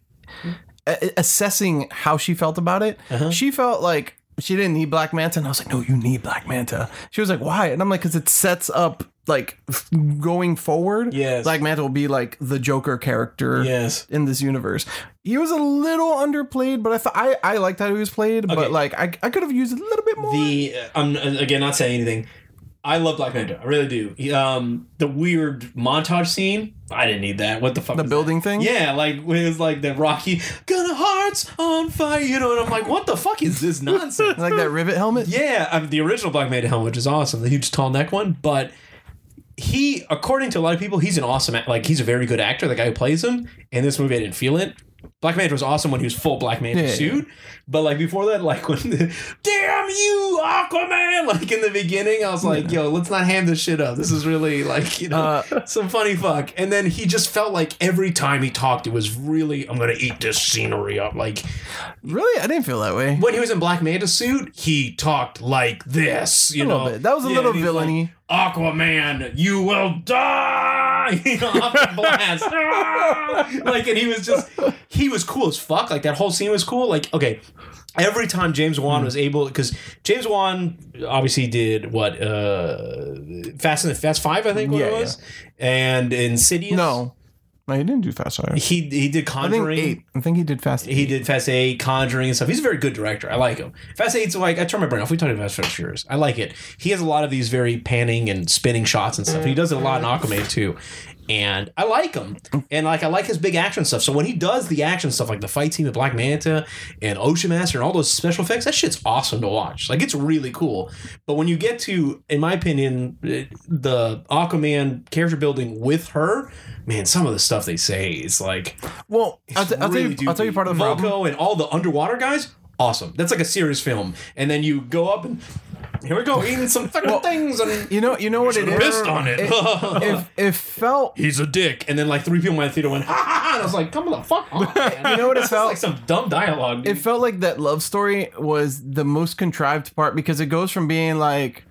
S1: a- assessing how she felt about it.
S3: Uh-huh.
S1: She felt like she didn't need Black Manta, and I was like, no, you need Black Manta. She was like, why? And I'm like, because it sets up like f- going forward.
S3: Yes.
S1: Black Manta will be like the Joker character.
S3: Yes.
S1: In this universe, he was a little underplayed, but I thought I, I liked how he was played.
S3: Okay.
S1: But like I, I could have used a little bit more.
S3: the uh, I'm again not saying anything. I love Black Manta. I really do. He, Um, the weird montage scene. I didn't need that. What the fuck?
S1: the
S3: was that?
S1: building thing,
S3: Yeah, like when it was like the Rocky gonna hearts on fire, you know, and I'm like, what the fuck is this nonsense?
S1: like that rivet helmet.
S3: yeah, um, the original Black Manta helmet, which is awesome, the huge tall neck one, but he, according to a lot of people, he's an awesome, act- like he's a very good actor. The guy who plays him in this movie, I didn't feel it. Black Manta was awesome when he was full Black Manta
S1: Yeah, yeah.
S3: suit, but like before that, like when the, damn you Aquaman, like in the beginning, I was like, yo, let's not ham this shit up. This is really like you know
S1: Uh,
S3: some funny fuck. And then he just felt like every time he talked, it was really I'm gonna eat this scenery up. Like
S1: Really, I didn't feel that way.
S3: when he was in Black Manta suit, he talked like this.
S1: A
S3: You
S1: little
S3: know,
S1: bit. That was a little
S3: and he's
S1: villainy.
S3: Like, Aquaman, you will die. you know, off the blast. Ah! like, and he was just he was cool as fuck. Like that whole scene was cool. Like, okay. Every time James
S1: Hmm.
S3: Wan was able, because James Wan obviously did what uh Fast and the Fast Five, I think what it
S1: Yeah,
S3: was, and Insidious.
S1: No, no, he didn't do Fast Fire.
S3: he he did
S1: I think
S3: Conjuring.
S1: eight. I think he did Fast.
S3: He did Fast Eight, Conjuring, and stuff. He's a very good director. I like him. Fast Eight's like I turn my brain off. We talked about Fast and Furious. I like it. He has a lot of these very panning and spinning shots and stuff. And he does it a lot in Aquaman too. And I like him. And like I like his big action stuff. So when he does the action stuff, like the fight scene with Black Manta and Ocean Master and all those special effects, that shit's awesome to watch. Like it's really cool. But when you get to, in my opinion, the Aquaman character building with her, man, some of the stuff they say is like
S1: Well, I'll, t- I'll
S3: really
S1: tell you. I'll tell you
S3: doofy.
S1: part of the
S3: Volko
S1: problem.
S3: and all the underwater guys. Awesome. That's like a serious film. And then you go up and here we go eating some fucking things and
S1: You know. You know what it is.
S3: pissed on it.
S1: It, it felt.
S3: He's a dick. And then like three people in my theater went ha ha ha. And I was like, come the fuck on. Man.
S1: You know what it
S3: This is
S1: felt?
S3: like some dumb dialogue.
S1: It
S3: Dude.
S1: felt like that love story was the most contrived part because it goes from being like,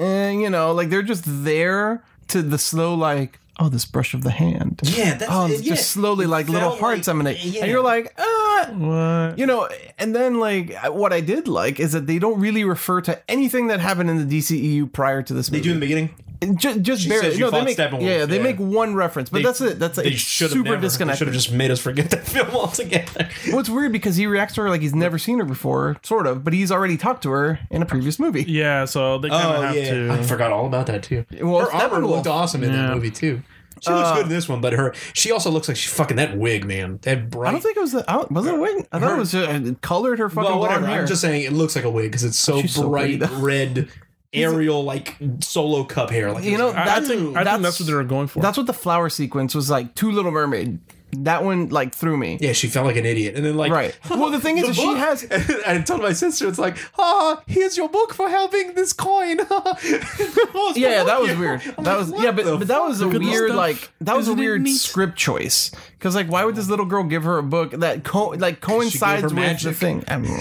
S1: eh, you know, like they're just there to the slow like, oh, this brush of the hand.
S3: yeah, that's
S1: Oh,
S3: it,
S1: it's
S3: yeah.
S1: just slowly like little
S3: felt
S1: hearts.
S3: like-
S1: I'm gonna,
S3: yeah.
S1: and you're like, ah,
S2: What?
S1: you know and then like I- what i did like is that they don't really refer to anything that happened in the dceu prior to this
S3: They
S1: movie
S3: do in the beginning.
S1: And ju- just barely
S3: says you
S1: no they
S3: fought
S1: make yeah,
S3: Steppenwolf,
S1: they
S3: yeah.
S1: make one reference but that's it that's
S3: They
S1: like
S3: should
S1: super
S3: have never. They should
S1: disconnected
S3: have just made us forget that film altogether.
S1: what's weird because he reacts to her like he's never seen her before sort of but he's already talked to her in a previous movie
S2: Yeah, so they kind of have
S3: Oh, I
S2: to.
S3: forgot all about that too.
S1: Well,
S3: Her armor
S1: Steppenwolf-
S3: looked awesome in
S2: Yeah.
S3: that movie too. She looks
S1: Uh,
S3: good in this one, but her she also looks like she's fucking that wig, man. That bright.
S1: I don't think it was the. I don't- Was it a wig? I thought it was just, it colored her fucking
S3: well, whatever.
S1: blonde hair. Oh,
S3: I'm just saying it looks like a wig because it's so
S1: She's so
S3: bright
S1: pretty, though.
S3: red, aerial like solo cup hair. Like
S1: You know,
S3: it's like- ah,
S2: I, I
S1: That's-
S2: think I
S1: that's-
S2: think that's what they were going for.
S1: That's what the flower sequence was like. Two Little Mermaid. That one like threw me.
S3: yeah, she felt like an idiot, and then like
S1: Right. Well, the thing is, that she
S3: book.
S1: has.
S3: I told my sister, it's like, ah, here's your book for helping this coin.
S1: Yeah, yeah, that was weird. That was yeah, but, but that was a
S2: at this
S1: weird
S2: stuff.
S1: like that was a
S2: Isn't it
S1: weird
S2: neat?
S1: script choice because like why would this little girl give her a book that co- like
S3: her
S1: coincides with the
S3: magic.
S1: thing? I mean, I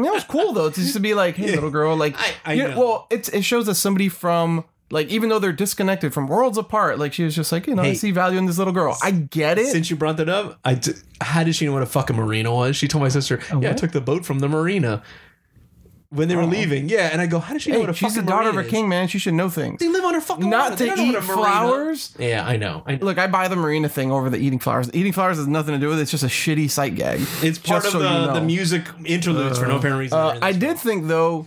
S1: mean, that was cool though. It's just to be like, hey, little girl, like,
S3: I- I
S1: you-
S3: know.
S1: well, it's it shows that somebody from like even though they're disconnected from worlds apart, like she was just like you know I
S3: Hey.
S1: see value in this little girl. I get it.
S3: Since you brought that up, I d- how did she know what a fucking marina was? She told my sister, yeah, I
S1: what? Oh.
S3: took the boat from the marina when they were leaving. Yeah, and I go, how did she know
S1: hey,
S3: what a
S1: she's the
S3: fucking
S1: daughter of
S3: marina
S1: a king, man. She should know things.
S3: Is? They live on her fucking
S1: Not
S3: island. They
S1: to
S3: don't know
S1: eat
S3: what a marina-
S1: flowers.
S3: Yeah, I know. I know.
S1: Look, I buy the marina thing over the eating flowers. Eating flowers has nothing to do with it. It's just a shitty sight gag.
S3: It's part
S1: Just so
S3: of the,
S1: you know.
S3: the music interludes for no apparent reason.
S1: Uh, I did think though,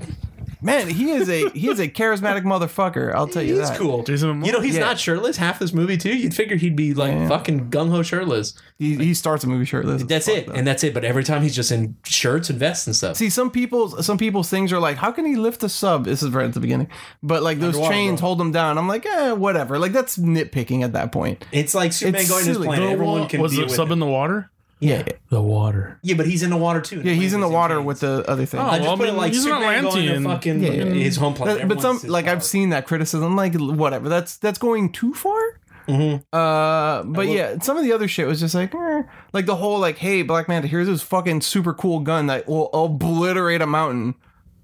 S1: man, he is a he is a charismatic motherfucker. I'll tell you
S3: He's
S1: that.
S3: cool.
S2: Jason Momoa?
S3: you know, he's
S1: Yeah.
S3: not shirtless half this movie, too. You'd figure he'd be like fucking gung ho shirtless.
S1: He, he starts a movie shirtless. as
S3: That's
S1: fuck,
S3: it,
S1: though.
S3: and that's it. But every time he's just in shirts and vests and stuff.
S1: See, some people's some people's things are like, how can he lift a sub? This is right at the beginning, but like those
S3: Underwater,
S1: chains
S3: bro.
S1: hold him down. I'm like, eh, whatever. Like that's nitpicking at that point.
S3: it's like Superman
S1: it's
S3: going to his
S1: silly.
S3: planet.
S2: The
S3: Everyone
S2: wa-
S3: can
S2: was
S3: be
S2: the
S3: with
S2: sub
S3: him.
S2: in the water.
S1: Yeah,
S2: The water.
S3: Yeah, but he's in the water too.
S1: yeah. He's in the
S3: planes
S1: water
S3: and
S1: with
S3: things.
S1: the other thing.
S3: I
S2: Oh,
S3: just
S2: well,
S3: put
S2: I
S3: it
S2: mean,
S3: like
S2: he's an
S3: Superman going to
S2: Atlantean.
S3: fucking
S1: Yeah, yeah.
S3: his home planet.
S1: That- but some
S3: Everyone's his
S1: like I've
S3: power.
S1: seen that criticism. Like whatever. That's that's going too far.
S3: Mhm.
S1: Uh, but yeah, some of the other shit was just like, eh. like the whole like, hey, Black Manta, here's this fucking super cool gun that will obliterate a mountain.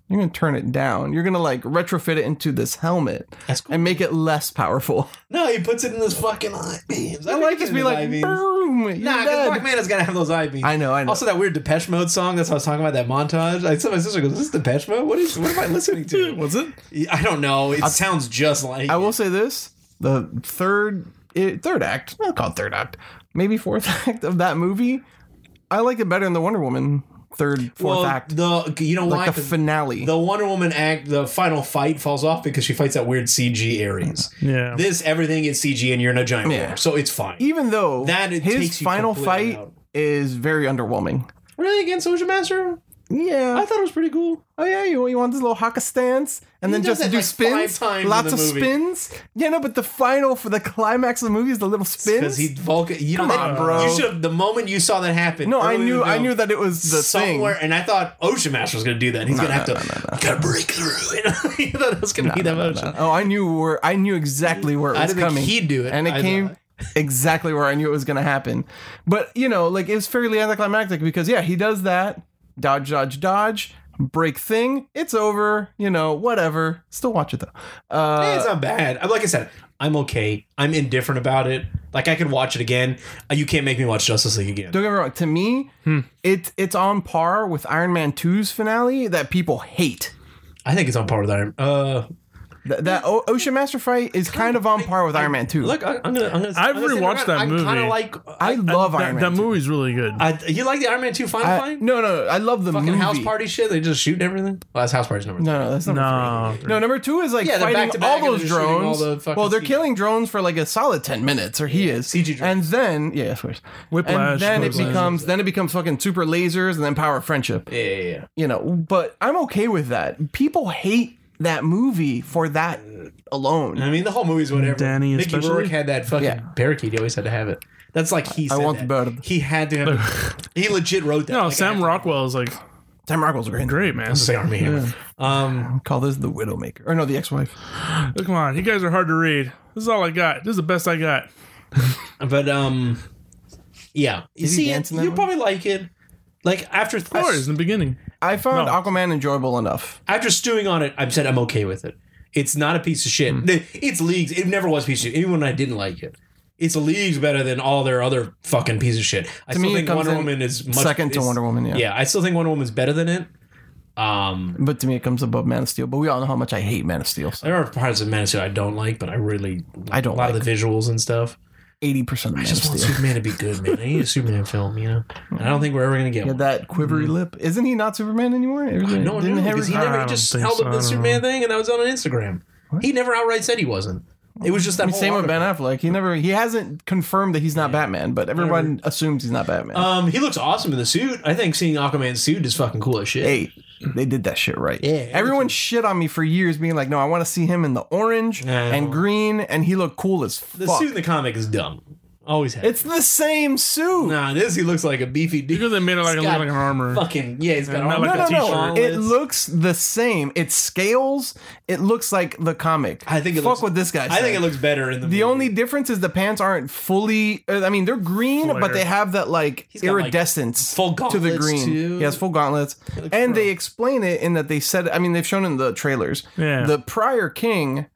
S1: You're gonna turn it down. You're gonna like retrofit it into this helmet
S3: That's cool.
S1: and make it less powerful.
S3: No, he puts it in his fucking eye beams.
S1: I like just be like, boom, you're
S3: Nah, because
S1: dead.
S3: Black Manta's gotta have those eye beams.
S1: I know, I know.
S3: Also, that weird Depeche Mode song. That's what I was talking about. That montage. Like, so my sister goes, "Is this Depeche Mode? What is? What am I listening to?
S2: Was it?
S3: I don't know. It sounds just like.
S1: I will say this: the third it, third act, I'll call it third act, maybe fourth act of that movie, I like it better than the Wonder Woman third fourth
S3: well,
S1: act,
S3: The you know why?
S1: like the
S3: 'Cause
S1: finale.
S3: the Wonder Woman act, the final fight falls off because she fights that weird CG Ares.
S2: Yeah.
S3: This everything is CG and you're in a giant
S1: Yeah.
S3: war, so it's fine.
S1: Even though
S3: That it
S1: his
S3: takes you
S1: final
S3: completely
S1: fight
S3: out.
S1: is very underwhelming.
S3: really against Ocean Master?
S1: Yeah.
S3: I thought it was pretty cool.
S1: Oh yeah, you, you want this little haka stance and then
S3: does
S1: just
S3: that,
S1: do
S3: like,
S1: spins,
S3: five times in
S1: lots
S3: the
S1: of
S3: movie.
S1: spins. Yeah, no, but the final for the climax of the movie is the little
S3: Because
S1: spins.
S3: he Vulcan, you
S1: Come
S3: know,
S1: on,
S3: that,
S1: bro.
S3: You should have the moment you saw that happen.
S1: no, I
S3: early in
S1: knew,
S3: the
S1: I
S3: film,
S1: knew that it was the
S3: somewhere,
S1: thing.
S3: and I thought Ocean Master was going to do that. He's going to have to gotta break through. You know, I thought it was going to be that motion.
S1: Oh, I knew where, I knew exactly where it
S3: I
S1: was
S3: didn't think
S1: coming.
S3: he'd do it.
S1: and it
S3: I
S1: came
S3: thought-
S1: exactly where I knew it was going to happen. But you know, like it's fairly anticlimactic because yeah, he does that dodge, dodge, dodge, break thing. It's over. You know, whatever. Still watch it though.
S3: Yeah,
S1: Uh,
S3: it's not bad. I'm- Like I said, I'm okay. I'm indifferent about it. Like I could watch it again. Uh, You can't make me watch Justice League again.
S1: don't get me wrong. To me,
S3: Hmm.
S1: it's it's on par with Iron Man 2's finale that people hate.
S3: I think it's on par with Iron. Uh,
S1: Th- that o- Ocean Master fight is kind of on par with Iron Man 2.
S3: look, I, I'm gonna. I'm gonna
S2: I've
S3: I'm gonna stick
S2: rewatched
S3: around.
S2: that
S3: I'm kind
S2: movie.
S3: of like.
S1: I
S3: I,
S1: love
S2: that,
S1: Iron Man.
S2: that
S1: 2.
S2: movie's really good.
S3: I, you like the Iron Man two final
S1: I-
S3: fight?
S1: no, no, I love the
S3: Fucking
S1: movie.
S3: house party shit. They just shoot everything. Well, that's house party's number.
S1: No, no, that's not
S2: no.
S1: No, number two is like
S3: Yeah, they're
S1: fighting
S3: back-to-back
S1: all
S3: and they're
S1: those
S3: just shooting all
S1: drones.
S3: the fucking
S1: well, they're
S3: CG.
S1: killing drones for like a solid ten minutes, or he is
S3: CG
S1: And
S3: drones.
S1: then yeah, of course,
S2: Whiplash,
S1: And then it
S2: Whiplash.
S1: becomes then it becomes fucking super lasers, and then power of friendship.
S3: Yeah, yeah, yeah.
S1: You know, but I'm okay with that. People hate that movie for that alone.
S3: I mean, the whole movie's whatever.
S2: Danny
S3: Mickey
S2: especially?
S3: Rourke had that fucking
S1: Yeah.
S3: parakeet. He always had to have it. That's like he. Said
S1: want
S3: that.
S1: the bird.
S3: He had to. have He legit wrote that.
S2: no,
S3: Like, I have
S2: Sam
S3: to-
S2: Rockwell is like
S1: Sam Rockwell's great.
S2: great, man.
S3: Say Army Hammer. Um,
S1: Call this the Widowmaker, or no, the ex-wife.
S2: Look, Come on, you guys are hard to read. This is all I got. This is the best I got.
S3: But um, yeah. You
S1: he
S3: see, it,
S1: dancing that
S3: you
S1: one?
S3: probably like it. Like after
S2: Of course, in the beginning.
S1: I found
S2: No.
S1: Aquaman enjoyable enough.
S3: after stewing on it, I've said I'm okay with it. It's not a piece of
S2: Hmm.
S3: shit. It's leagues. It never was a piece of shit. Even when I didn't like it, it's leagues better than all their other fucking piece of shit. I
S1: To
S3: still
S1: me, it
S3: think
S1: comes
S3: Wonder
S1: in
S3: Woman is much,
S1: Second to
S3: is-
S1: Wonder Woman, yeah.
S3: Yeah, I still think Wonder Woman's better than it. Um,
S1: But to me, it comes above Man of Steel. But we all know how much I hate Man of Steel. So
S3: there are parts of Man of Steel I don't like, but I really
S1: I don't
S3: a lot
S1: like.
S3: of the visuals and stuff.
S1: eighty percent of Man
S3: I
S1: of
S3: just want
S1: Steel.
S3: Superman to be good, man. I need a Superman film, you know. And I don't think we're ever gonna get
S1: Yeah,
S3: one.
S1: that quivery
S2: Mm-hmm.
S1: lip. Isn't he not Superman anymore?
S3: No one knew
S1: Didn't Henry-
S3: because he
S2: I
S3: never he
S2: don't
S3: just
S2: think
S3: held
S2: so.
S3: up
S2: I
S3: the
S2: don't
S3: Superman thing, and that was on Instagram. He never outright said he wasn't. It was just that
S1: I mean,
S3: whole
S1: same with
S3: article.
S1: Ben Affleck. He never he hasn't confirmed that he's not Batman, but everyone assumes he's not Batman.
S3: Um, he looks awesome in the suit. I think seeing Aquaman's suit is fucking cool as shit.
S1: hey, they did that shit right.
S3: Yeah,
S1: Everyone shit on me for years, being like, "No, I want to see him in the orange
S3: Yeah.
S1: and green, and he looked cool as
S3: the
S1: fuck."
S3: suit in the comic is dumb. Always has.
S1: it's the same suit.
S3: nah. This he looks like a beefy dude.
S2: Because they made it like, a,
S3: It's
S2: look
S3: got
S2: like an armor.
S3: Fucking yeah, he's got
S2: And not
S3: armor.
S2: like
S1: no,
S2: a
S1: no, no.
S2: t-shirt.
S1: It looks the same. It scales. It looks like the comic.
S3: I think it
S1: fuck
S3: looks-
S1: what this guy.
S3: I think
S1: said.
S3: it looks better in
S1: The
S3: the. movie.
S1: only difference is the pants aren't fully. uh, I mean, they're green, but
S2: Flare.
S1: they have that like
S3: He's got, like,
S1: iridescence
S3: full
S1: to the
S3: gauntlets,
S1: green.
S3: too.
S1: He has full gauntlets, and they explain it in that they said. I mean, they've shown in the trailers.
S2: Yeah.
S1: the prior king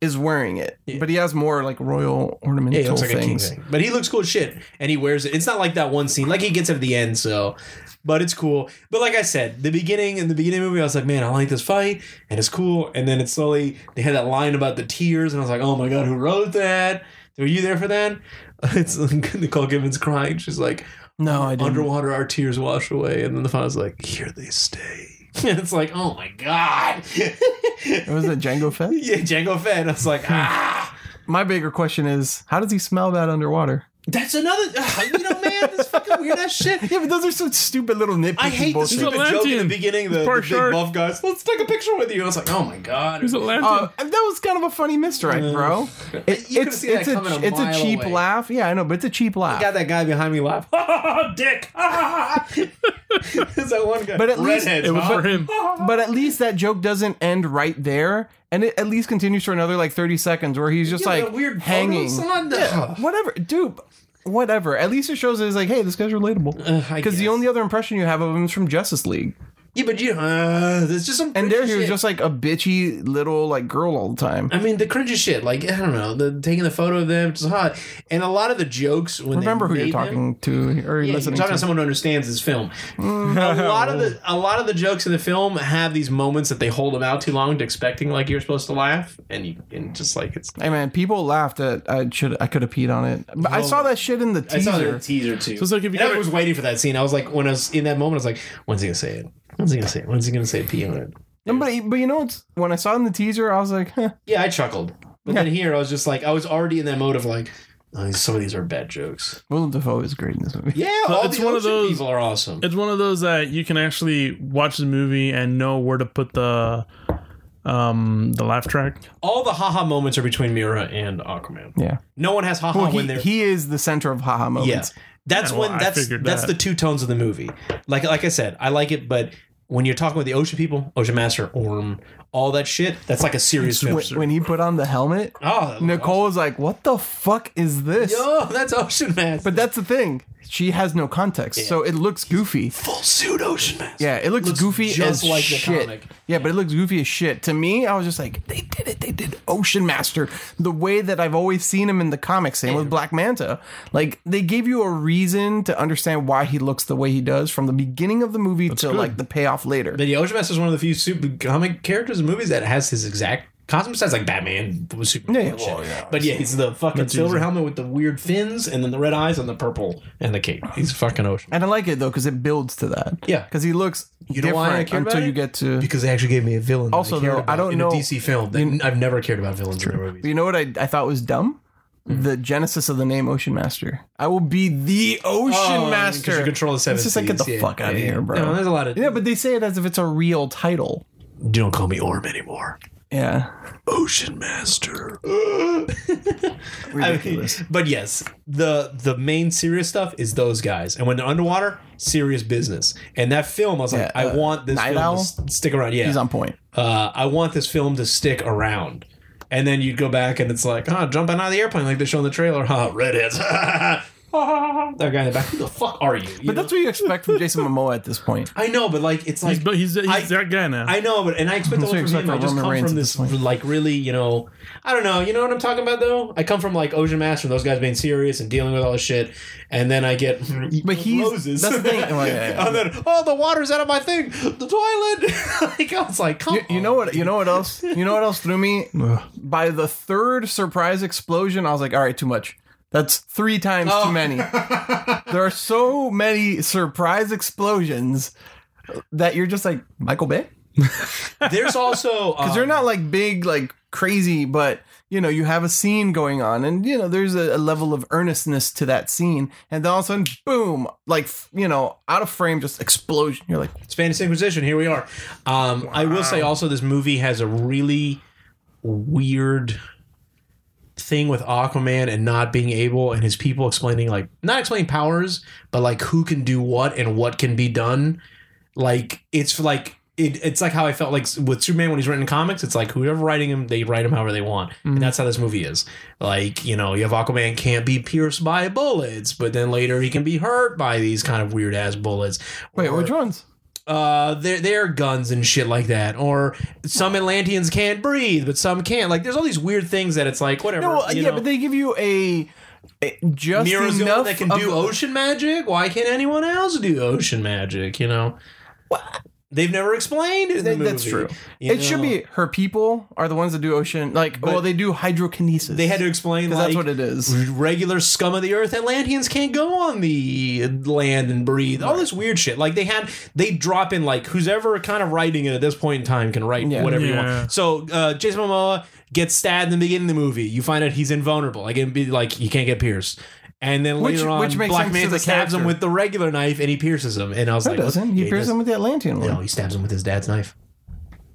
S1: is wearing it, but he has more like royal ornamental
S3: Yeah, he looks like a king
S1: things.
S3: thing. But he looks cool as shit. And he wears it. It's not like that one scene. Like he gets it at the end, so but it's cool. But like I said, the beginning in the beginning movie, I was like, man, I like this fight, and it's cool. And then it slowly they had that line about the tears, and I was like, oh my god, who wrote that? Were you there for that? It's Nicole Gibbons crying. She's like,
S1: No, I didn't.
S3: underwater, our tears wash away. And then the final's like, here they stay. And it's like, oh my god.
S1: was it Django Fett?
S3: yeah, Django Fett. And I was like, ah.
S1: My bigger question is, how does he smell that underwater?
S3: That's another, you know, man, this fucking weird ass shit.
S1: Yeah, but those are some stupid little nitpicky
S3: I hate the
S1: bullshit.
S3: stupid joke in the
S2: Atlantean.
S3: beginning. The,
S2: It's
S3: the
S2: part
S3: big
S2: shark.
S3: buff guys. Let's take a picture with you. I was like, oh my god.
S2: He's a lantern.
S1: Uh, that was kind of a funny misdirect, bro. It,
S3: You could've
S1: it's
S3: seen that
S1: it's a,
S3: coming a
S1: it's a
S3: mile
S1: cheap
S3: away.
S1: laugh. Yeah, I know, but it's a cheap laugh.
S3: Got that guy behind me laugh.
S2: Oh,
S3: Dick. There's that one guy.
S1: But at least-
S3: Redheads,
S2: it was
S3: huh?
S2: for him.
S1: But at least that joke doesn't end right there, and it at least continues for another like thirty seconds, where he's just
S3: Yeah,
S1: like
S3: that weird
S1: hanging.
S3: photos on the- Ugh.
S1: Whatever, dude. Whatever. At least it shows that he's like, hey, this guy's relatable.
S3: Ugh, I
S1: Because the
S3: guess.
S1: only other impression you have of him is from Justice League,
S3: yeah, but you uh, there's just some
S1: and
S3: cringy
S1: there he was
S3: shit. Uh,
S1: just like a bitchy little like girl all the time.
S3: I mean the cringy shit like I don't know the taking the photo of them just hot and a lot of the jokes when
S1: Remember who
S3: they
S1: you're
S3: made them-
S1: talking to or you're
S3: Yeah,
S1: listening
S3: you're talking to
S1: to.
S3: someone who understands this film. a lot of the a lot of the jokes in the film have these moments that they hold them out too long to expecting like you're supposed to laugh and you and just like it's.
S1: Hey man, people laughed at I should I could have peed on it. But I saw that shit in the teaser.
S3: I saw the teaser too.
S2: So it's like if you
S3: And I
S2: got-
S3: was waiting for that scene. I was like, when I was in that moment, I was like, when's he gonna say it? When's he gonna say it? When's he gonna say pee on it?
S1: No, but but you know it's when I saw it in the teaser, I was like, huh.
S3: Yeah, I chuckled. But
S1: Yeah.
S3: then here, I was just like, I was already in that mode of like, oh, some of these are bad jokes.
S1: Willem Dafoe is great in this movie.
S3: Yeah, all
S2: it's
S3: the
S2: one of
S3: ocean
S2: those-
S3: people are awesome.
S2: It's one of those that you can actually watch the movie and know where to put the um the laugh track.
S3: All the haha moments are between Mira and Aquaman.
S1: Yeah. Oh,
S3: No one has haha
S1: Well,
S3: when
S1: he,
S3: they're
S1: he is the center of haha
S3: Yeah,
S1: moments.
S3: that's
S2: Yeah, well,
S3: when
S2: I
S3: that's
S2: figured
S3: that's
S2: that.
S3: the two tones of the movie. Like like I said, I like it, but when you're talking with the ocean people, ocean master, Orm, all that shit, that's like a serious film.
S1: When, when he put on the helmet,
S3: Oh, that looked
S1: Nicole was like, "What the fuck is this?"
S3: awesome. oh, that's ocean master.
S1: But that's the thing; she has no context, so it looks goofy.
S3: full suit ocean master.
S1: Yeah, it looks,
S3: Looks
S1: goofy as
S3: just like the
S1: shit.
S3: comic.
S1: Yeah, but it looks goofy as shit. To me, I was just like, they did it. They did Ocean Master the way that I've always seen him in the comics. Same with Black Manta. Like they gave you a reason to understand why he looks the way he does from the beginning of the movie to
S2: good.
S1: like the payoff later.
S3: But yeah, Ocean Master is one of the few super comic characters in movies that has his exact costume besides like Batman was super
S1: Yeah, yeah. Well,
S3: but yeah, he's the fucking silver helmet with the weird fins and then the red eyes and the purple and the cape. He's fucking Ocean.
S1: and I like it though because it builds to that.
S3: Yeah.
S1: because he looks
S3: know why I
S1: different
S3: care about
S1: until
S3: it?
S1: you get to.
S3: Because they actually gave me a villain. that
S1: Also,
S3: cared
S1: though, I
S3: about
S1: don't
S3: in
S1: know-
S3: a DC film. That I've never cared about villains in their movies.
S1: You know what I, I thought was dumb?
S3: Mm-hmm.
S1: The genesis of the name Ocean Master. I will be the Ocean
S3: Oh, because
S1: Master.
S3: you control the seven
S1: It's just like get
S3: seas,
S1: the
S3: yeah,
S1: fuck out of
S3: yeah.
S1: here, bro.
S3: No, there's a lot of-
S1: Yeah, but they say it as if it's a real title.
S3: You don't call me Orm anymore.
S1: Yeah,
S3: Ocean Master.
S1: ridiculous.
S3: but yes, the the main serious stuff is those guys, and when they're underwater, serious business. And that film, I was like,
S1: Yeah,
S3: I
S1: uh,
S3: want this
S1: Night
S3: film
S1: Owl?
S3: to s- stick around. Yeah,
S1: He's on point.
S3: uh, I want this film to stick around. And then you'd go back and it's like, ah, jumping out of the airplane like they show in the trailer, huh? Redheads. that guy in the back, who the fuck are you? You
S1: But
S3: know?
S1: that's what you expect from Jason Momoa at this point.
S3: I know, but like it's like
S2: He's but he's, he's
S3: I-
S2: that guy now.
S3: I know, but and I expect a
S1: So
S3: lot
S1: you
S3: from
S1: expect
S3: him. I
S1: a
S3: just
S1: Roman
S3: come
S1: Reigns
S3: from
S1: at
S3: this,
S1: this point.
S3: like really, you know, I don't know. You know what I'm talking about though? I come from like Ocean Master and those guys being serious and dealing with all this shit, and then I get
S1: But he's-
S3: roses.
S1: that's the thing. Oh, yeah, yeah.
S3: and then oh, the water's out of my thing, the toilet. like I was like, come
S1: You, you know
S3: on.
S1: what? You know what else? You know what else threw me? By the third surprise explosion, I was like, "All right, too much. That's three times too many. there are so many surprise explosions that you're just like Michael Bay.
S3: There's also um,
S1: because they're not like big, like crazy, but you know, you have a scene going on, and you know, there's a, a level of earnestness to that scene, and then all of a sudden, boom, like f- you know, out of frame, just explosion. You're like,
S3: It's Fantasy Inquisition. Here we are. Um, I will say also, this movie has a really weird thing with Aquaman and not being able, and his people explaining like not explaining powers, but like who can do what and what can be done. Like it's like. It, it's like how I felt like with Superman when he's writing comics. It's like whoever writing him, they write him however they want,
S1: Mm.
S3: and that's how this movie is. Like you know, you have Aquaman can't be pierced by bullets, but then later he can be hurt by these kind of weird ass bullets.
S1: wait,
S3: Or-
S1: which ones?
S3: uh, their their guns and shit like that, or some Atlanteans can't breathe, but some can't. Like, there's all these weird things that it's like whatever.
S1: No, uh,
S3: you
S1: yeah,
S3: know.
S1: but they give you a, a just
S3: Mirazone
S1: enough
S3: that can
S1: of-
S3: do ocean magic. Why can't anyone else do ocean magic? You know, they've never explained it. In the
S1: Th- that's
S3: movie,
S1: true.
S3: you
S1: It should
S3: know.
S1: be her people are the ones that do ocean. Like, well, they do hydrokinesis.
S3: They had to explain
S1: because
S3: like,
S1: that's what it is.
S3: regular scum of the earth Atlanteans can't go on the land and breathe. All this weird shit. Like they had, they drop in like who's ever kind of writing it at this point in time can write
S1: Yeah.
S3: whatever you
S2: Yeah.
S3: want. So uh, Jason Momoa gets stabbed in the beginning of the movie. You find out he's invulnerable. Like it'd be like he can't get pierced. And then
S1: Which-
S3: later on,
S1: which makes
S3: Black
S1: sense to
S3: Manta
S1: the
S3: stabs him
S1: character.
S3: with the regular knife and he pierces him. And I was
S1: No, it
S3: like, what?
S1: doesn't.
S3: Yeah,
S1: He pierces
S3: does.
S1: him with the Atlantean
S3: No,
S1: one.
S3: he stabs him with his dad's knife.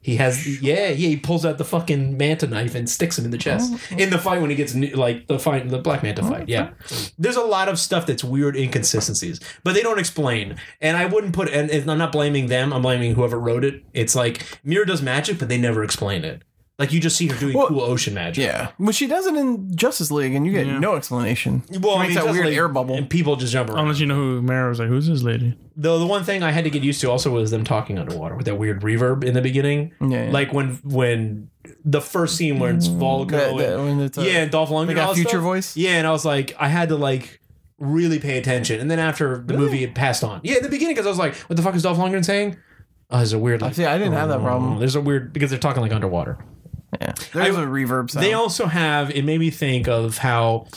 S3: He has, yeah, yeah. He pulls out the fucking manta knife and sticks him in the chest in the fight when he gets new- like the fight, the black manta fight. Yeah, there's a lot of stuff that's weird inconsistencies, but they don't explain. And I wouldn't put, and, and I'm not blaming them. I'm blaming whoever wrote it. It's like Mira does magic, but they never explain it. Like you just see her doing
S1: Well,
S3: cool ocean magic.
S1: Yeah, well, she does it in Justice League, and you get
S2: Yeah.
S1: no explanation.
S3: Well,
S1: she
S3: I
S1: makes
S3: mean,
S1: that
S3: just
S1: weird
S3: like-
S1: air bubble.
S3: and people just jump around.
S2: Unless you know who Mara was like, who's this lady?
S3: Though the one thing I had to get used to also was them talking underwater with that weird reverb in the beginning.
S1: Yeah, yeah.
S3: Like when when the first scene where it's Volko
S1: That- that-
S3: and,
S1: when it's a-
S3: yeah, and Dolph Lundgren
S1: like
S3: and
S1: a
S3: all that
S1: future
S3: stuff.
S1: voice?
S3: Yeah, and I was like, I had to like really pay attention. And then after the movie, it passed on. Yeah, in the beginning, because I was like, what the fuck is Dolph Lundgren saying? Oh, there's a weird. Like,
S1: See, I didn't have that problem.
S3: oh, there's a weird because they're talking like underwater.
S1: Yeah. There's
S3: I-
S1: a reverb sound.
S3: They also have it made me think of how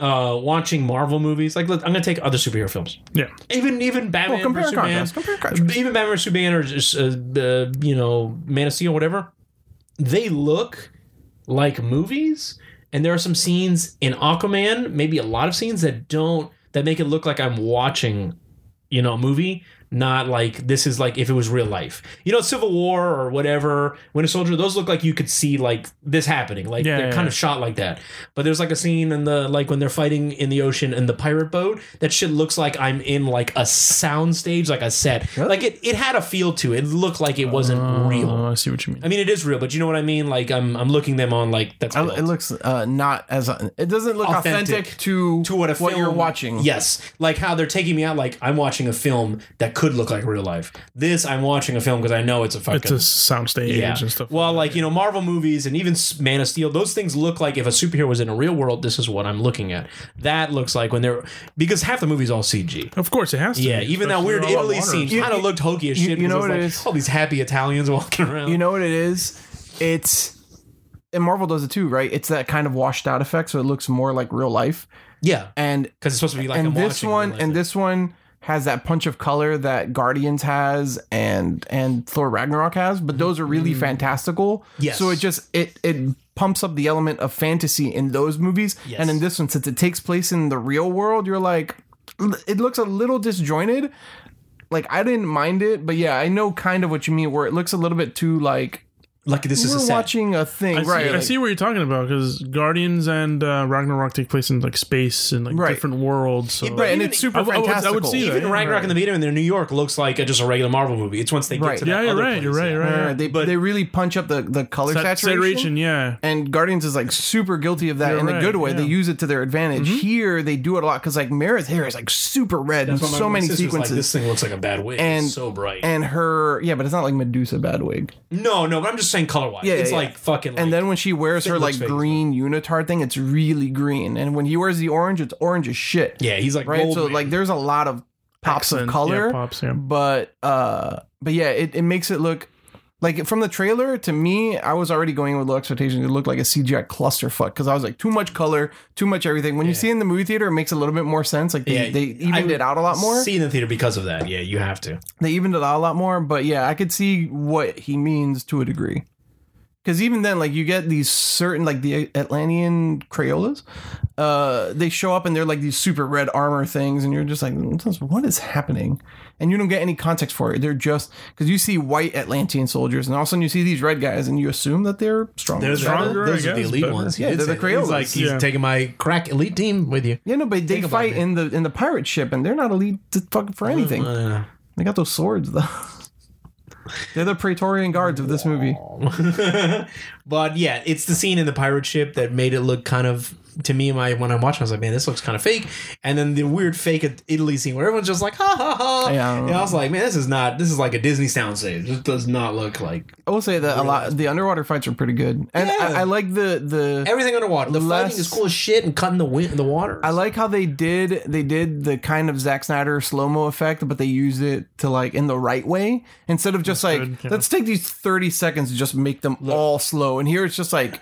S3: uh watching Marvel movies. Like, look, I'm gonna take other superhero films.
S2: Yeah.
S3: Even even Batman
S1: well, compare
S3: versus
S1: and
S3: Superman.
S1: contrast. Compare and contrast.
S3: Even Batman vs Superman or just, uh, uh, you know Man of Steel, whatever, they look like movies. And there are some scenes in Aquaman, maybe a lot of scenes that don't that make it look like I'm watching, you know, a movie. Not like this is like if it was real life, you know, Civil War or whatever, Winter Soldier. Those look like you could see like this happening, like
S2: Yeah,
S3: they're
S2: yeah,
S3: kind
S2: yeah.
S3: of shot like that. But there's like a scene in the like when they're fighting in the ocean in the pirate boat. That shit looks like I'm in like a sound stage, like a set.
S1: Really?
S3: Like it, it had a feel to it. It looked like it wasn't
S2: Oh,
S3: real.
S2: I see what you mean.
S3: I mean, it is real, but you know what I mean. Like I'm, I'm looking them on like that's
S1: I-
S3: built.
S1: it looks uh, not as it doesn't look authentic,
S3: Authentic.
S1: to
S3: to what a film,
S1: you're watching.
S3: Yes, like how they're taking me out. Like I'm watching a film that could look like real life. This I'm watching a film because I know it's a fucking.
S2: It's a soundstage
S3: yeah.
S2: and stuff.
S3: Well, like you know, Marvel movies and even S- Man of Steel, those things look like if a superhero was in a real world, this is what I'm looking at. That looks like when they're because half the movie's all CG.
S2: of course, it has to.
S3: Yeah,
S2: be,
S3: even that
S2: especially
S3: weird
S2: all the
S3: Italy
S2: water.
S3: scene
S1: You-
S3: kind of looked hokey as
S1: you-
S3: shit.
S1: you
S3: because
S1: know
S3: it was
S1: what it
S3: like,
S1: is?
S3: All these happy Italians walking around.
S1: You know what it is? It's and Marvel does it too, right? It's that kind of washed out effect, so it looks more like real life.
S3: yeah,
S1: And
S3: because it's supposed to be like
S1: and
S3: i
S1: this one and this one has that punch of color that Guardians has and and Thor Ragnarok has, but those are really fantastical.
S3: Mm. Yes.
S1: So it just it it pumps up the element of fantasy in those movies.
S3: Yes.
S1: And in this one, since it takes place in the real world, you're like it looks a little disjointed. Like I didn't mind it, but yeah, I know kind of what you mean where it looks a little bit too like
S3: like this is a
S1: we're
S3: set.
S1: watching a thing,
S2: I see,
S1: right?
S2: I
S1: like-
S2: see what you're talking about because Guardians and uh, Ragnarok take place in like space and like
S1: Right.
S2: different worlds. So.
S1: Right, and
S3: even-
S1: it's super
S2: I would- I would- I would
S1: fantastical.
S2: see that.
S3: Even Ragnarok
S2: Right.
S3: in the beginning, when they're in New York, looks like a, just a regular Marvel movie. It's once they get
S1: Right.
S3: to that
S2: yeah, you're
S3: other
S2: right, you're
S3: place,
S2: right.
S3: yeah.
S2: You're right.
S1: Yeah, they
S3: But-
S1: they really punch up the the color
S2: Sat-
S1: saturation.
S2: saturation, yeah.
S1: And Guardians is like super guilty of that
S2: You're
S1: in a
S2: right,
S1: good way.
S2: yeah. Mm-hmm.
S1: They use it to their advantage. Here they do it a lot because like Mara's hair is like super red in
S3: That's why my
S1: so many
S3: sister's like, this
S1: sequences.
S3: thing looks like a bad wig.
S1: And-
S3: it's so bright.
S1: and her yeah, but it's not like Medusa bad wig.
S3: no, no, but I'm just saying color wise.
S1: Yeah,
S3: it's
S1: yeah,
S3: like
S1: yeah.
S3: fucking. Like,
S1: And then when she wears her
S3: looks
S1: like
S3: fake as
S1: green unitard thing, it's really green. And when he wears the orange, it's orange as shit.
S3: yeah, he's like
S1: Right.
S3: gold
S1: so
S3: man.
S1: like there's a lot of pops
S2: Accent,
S1: of
S2: yeah,
S1: color.
S2: pops, yeah.
S1: But uh but yeah, it, it makes it look Like from the trailer to me, I was already going with low expectations. It looked like a CGI clusterfuck because I was like too much color, too much everything. When you
S3: Yeah.
S1: see it in the movie theater, it makes a little bit more sense. Like they,
S3: Yeah,
S1: they
S3: I
S1: evened
S3: would
S1: it out a lot more.
S3: See in the theater because of that. Yeah, you have to.
S1: they evened it out a lot more. But yeah, I could see what he means to a degree. Because even then, like you get these certain, like the Atlantean Crayolas, uh, they show up and they're like these super red armor things, and you're just like, "Mm, what is happening? And you don't get any context for it. They're just because you see white Atlantean soldiers, and all of a sudden you see these red guys, and you assume that they're stronger.
S2: They're stronger. I
S3: Those are the
S2: guess,
S3: elite
S2: but-
S3: ones. He
S1: Yeah,
S3: did
S1: they're
S3: say
S1: the
S3: that. He's
S1: Crayolas.
S3: like, he's
S2: Yeah.
S3: taking my crack elite team with you.
S1: Yeah, no, but they
S3: Think about
S1: fight
S3: it.
S1: in the in the pirate ship, and they're not elite to fucking for anything.
S3: Uh,
S1: They got those swords though. they're the Praetorian guards of this movie.
S3: but yeah, it's the scene in the pirate ship that made it look kind of to me. My when I'm watching, I was like, man, this looks kind of fake. And then the weird fake at- Italy scene where everyone's just like, ha ha ha.
S1: Yeah, I don't
S3: and I was like, man, this is not. This is like a Disney soundstage. This does not look like
S1: I will say that a lot. The underwater fights are pretty good, and
S3: Yeah.
S1: I, I like the the.
S3: everything underwater. The
S1: Less-
S3: fighting is cool as shit and cutting the wind the water.
S1: I like how they did they did the kind of Zack Snyder slow mo effect, but they used it to like in the right way instead of just like
S2: good, yeah.
S1: let's take these thirty seconds and just make them all slow. And here it's just like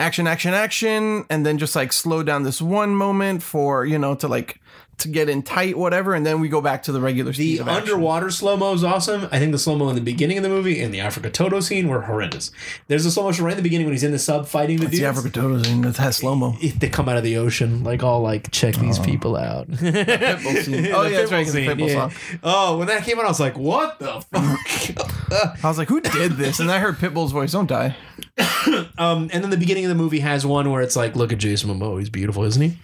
S1: action, action, action, and then just like slow down this one moment for you know to like to get in tight, whatever, and then we go back to the regular
S3: The
S1: speed of action.
S3: underwater slow mo is awesome. I think the slow mo in the beginning of the movie and the Africa Toto scene were horrendous. There's a slow motion right in the beginning when he's in the sub fighting the
S1: It's the
S3: dudes.
S1: Africa Toto's in that has slow mo.
S3: if they come out of the ocean, like all like check these people out.
S1: scene. Oh,
S3: The
S1: yeah, that's right, 'cause the
S3: Pitbull
S1: Pitbull song.
S3: Oh, when that came out, I was like, "What the fuck?"
S1: I was like, who did this? And I heard Pitbull's voice. Don't die.
S3: um, and then the beginning of the movie has one where it's like, "Look at Jason Momoa, he's beautiful, isn't he?"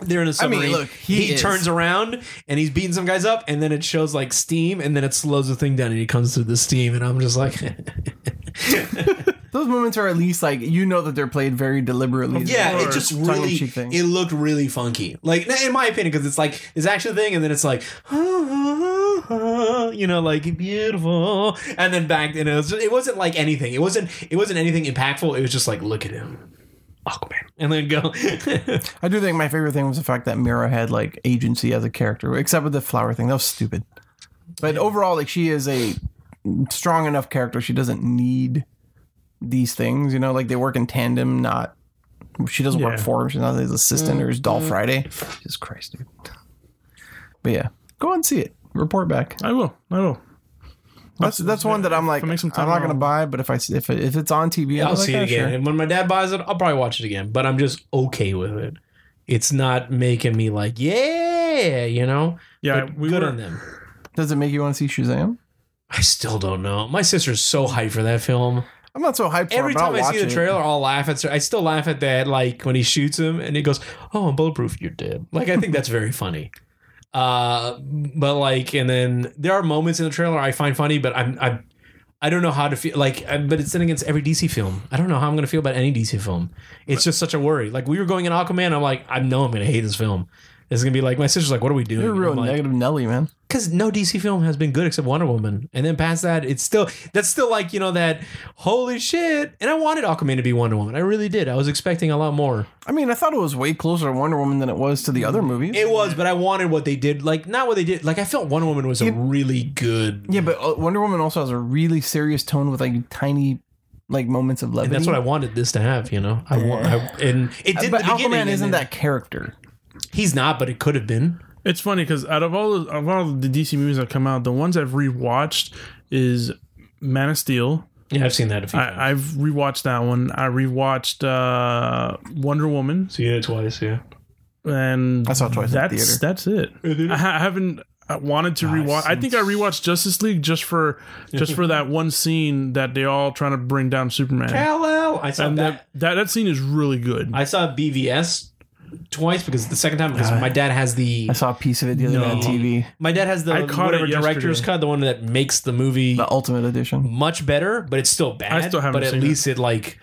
S3: They're in a submarine.
S1: look,
S3: he,
S1: he is.
S3: turns around and he's beating some guys up, and then it shows like steam, and then it slows the thing down, and he comes through the steam, and I'm just like,
S1: Those moments are at least like you know that they're played very deliberately.
S3: Yeah,
S1: They're
S3: it just really
S1: tongue-in-cheek thing.
S3: it looked really funky. Like in my opinion, because it's like this action thing, and then it's like, you know, like beautiful, and then back, and it was it wasn't like anything. It wasn't it wasn't anything impactful. It was just like look at him, Aquaman, and then go.
S1: I do think my favorite thing was the fact that Mira had like agency as a character, except with the flower thing. That was stupid. But overall, like she is a strong enough character. She doesn't need these things, you know. Like they work in tandem. Not she doesn't work
S2: Yeah.
S1: for him. She's not his assistant or his doll
S3: Mm-hmm.
S1: Friday. Jesus Christ, dude. But yeah, go and see it. Report back.
S2: I will. I will.
S1: That's that's one that I'm like
S2: I
S1: I'm
S2: make some
S1: not
S2: time,
S1: gonna
S2: I'll-
S1: buy, but if I see- if it, if it's on TV,
S3: I'll
S1: I'm like,
S3: see it
S1: "Oh, sure."
S3: again, and when my dad buys it, I'll probably watch it again. But I'm just okay with it. It's not making me like yeah, you know.
S2: Yeah,
S3: But
S2: we
S3: good
S2: were.
S3: on them.
S1: Does it make you want to see Shazam?
S3: I still don't know. My sister's so hyped for that film.
S1: I'm not so hyped for
S3: Every
S1: it, but I'll
S3: time I
S1: watch
S3: see the
S1: it.
S3: trailer, I'll laugh at. I still laugh at that, like when he shoots him and he goes, "Oh, I'm bulletproof. You're dead." Like I think that's very funny. Uh, but like, and then there are moments in the trailer I find funny, but I'm I, I don't know how to feel. Like, I- but it's then against every DC film. I don't know how I'm gonna feel about any DC film. It's just such a worry. Like we were going in Aquaman, I'm like, I know I'm gonna hate this film. It's gonna be like my sister's like, "What are we doing?"
S1: You're a
S3: And I'm
S1: real
S3: like,
S1: negative Nelly, man.
S3: because no DC film has been good except Wonder Woman, and then past that, it's still that's still like you know that holy shit. And I wanted Aquaman to be Wonder Woman, I really did. I was expecting a lot more.
S1: I mean, I thought it was way closer to Wonder Woman than it was to the other movies.
S3: It was, but I wanted what they did, like not what they did. Like I felt Wonder Woman was a really good.
S1: yeah, but uh, Wonder Woman also has a really serious tone with like tiny, like moments of levity.
S3: That's what I wanted this to have, you know. I want, I, and it did.
S1: But
S3: in the beginning,
S1: Aquaman
S3: and
S1: isn't
S3: then-
S1: that character.
S3: he's not, but it could have been.
S2: It's funny because out of all of all the DC movies that come out, the ones I've rewatched is Man of Steel.
S3: Yeah, I've seen that a few times.
S2: I, I've rewatched that one. I rewatched uh, Wonder Woman,
S3: Seen it twice, yeah.
S2: and
S1: I saw it twice in the
S2: That's
S1: theater.
S2: that's it. I, ha- I haven't I wanted to rewatch. I think I rewatched Justice League just for just for that one scene that they all trying to bring down Superman.
S3: Hello, I saw
S2: and
S3: that.
S2: that, that that scene is really good.
S3: I saw BVS twice because the second time because my dad has the
S1: I saw a piece of it the other day on
S2: No.
S1: TV,
S3: My dad has the
S2: I caught
S3: whatever
S2: it yesterday.
S3: director's cut, the one that makes the movie
S1: the Ultimate Edition.
S3: much better, but it's still bad.
S2: I still haven't
S3: But at
S2: seen
S3: least it, like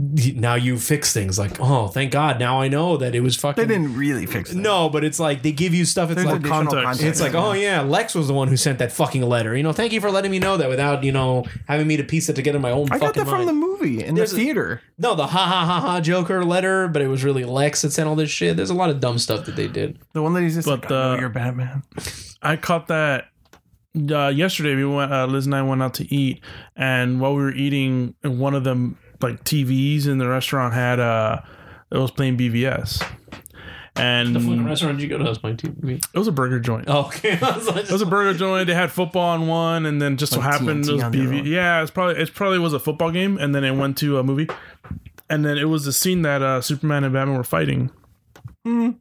S3: now you fix things. Like oh, thank God, now I know that it was fucking.
S1: They didn't really fix it.
S3: No, but it's like they give you stuff. It's
S1: There's
S3: like
S1: additional
S2: context.
S1: context.
S3: it's like oh yeah, Lex was the one who sent that fucking letter. You know, thank you for letting me know that without you know having me to piece it together in my own.
S1: I
S3: fucking
S1: got that from
S3: mind.
S1: the movie in the
S3: There's a-
S1: theater.
S3: no the ha ha ha ha Joker letter, but it was really Lex that sent all this shit. There's a lot of dumb stuff that they did.
S1: The one that he's just
S2: But
S1: like, I know
S2: the-
S1: you're Batman.
S2: I caught that uh, yesterday we went uh, liz and i went out to eat and while we were eating one of the like tvs in the restaurant had uh it was playing bvs and
S3: The fucking
S2: it
S3: restaurant you go to was my TV.
S2: was a burger joint
S3: Oh, okay. I was like,
S2: it was a burger joint. They had football on one, and then just so
S1: Like
S2: happened
S1: TNT
S2: it was
S1: on the other
S2: BV.
S1: one.
S2: Yeah, it's probably it's probably was a football game, and then it went to a movie, and then it was the scene that uh, Superman and Batman were fighting. And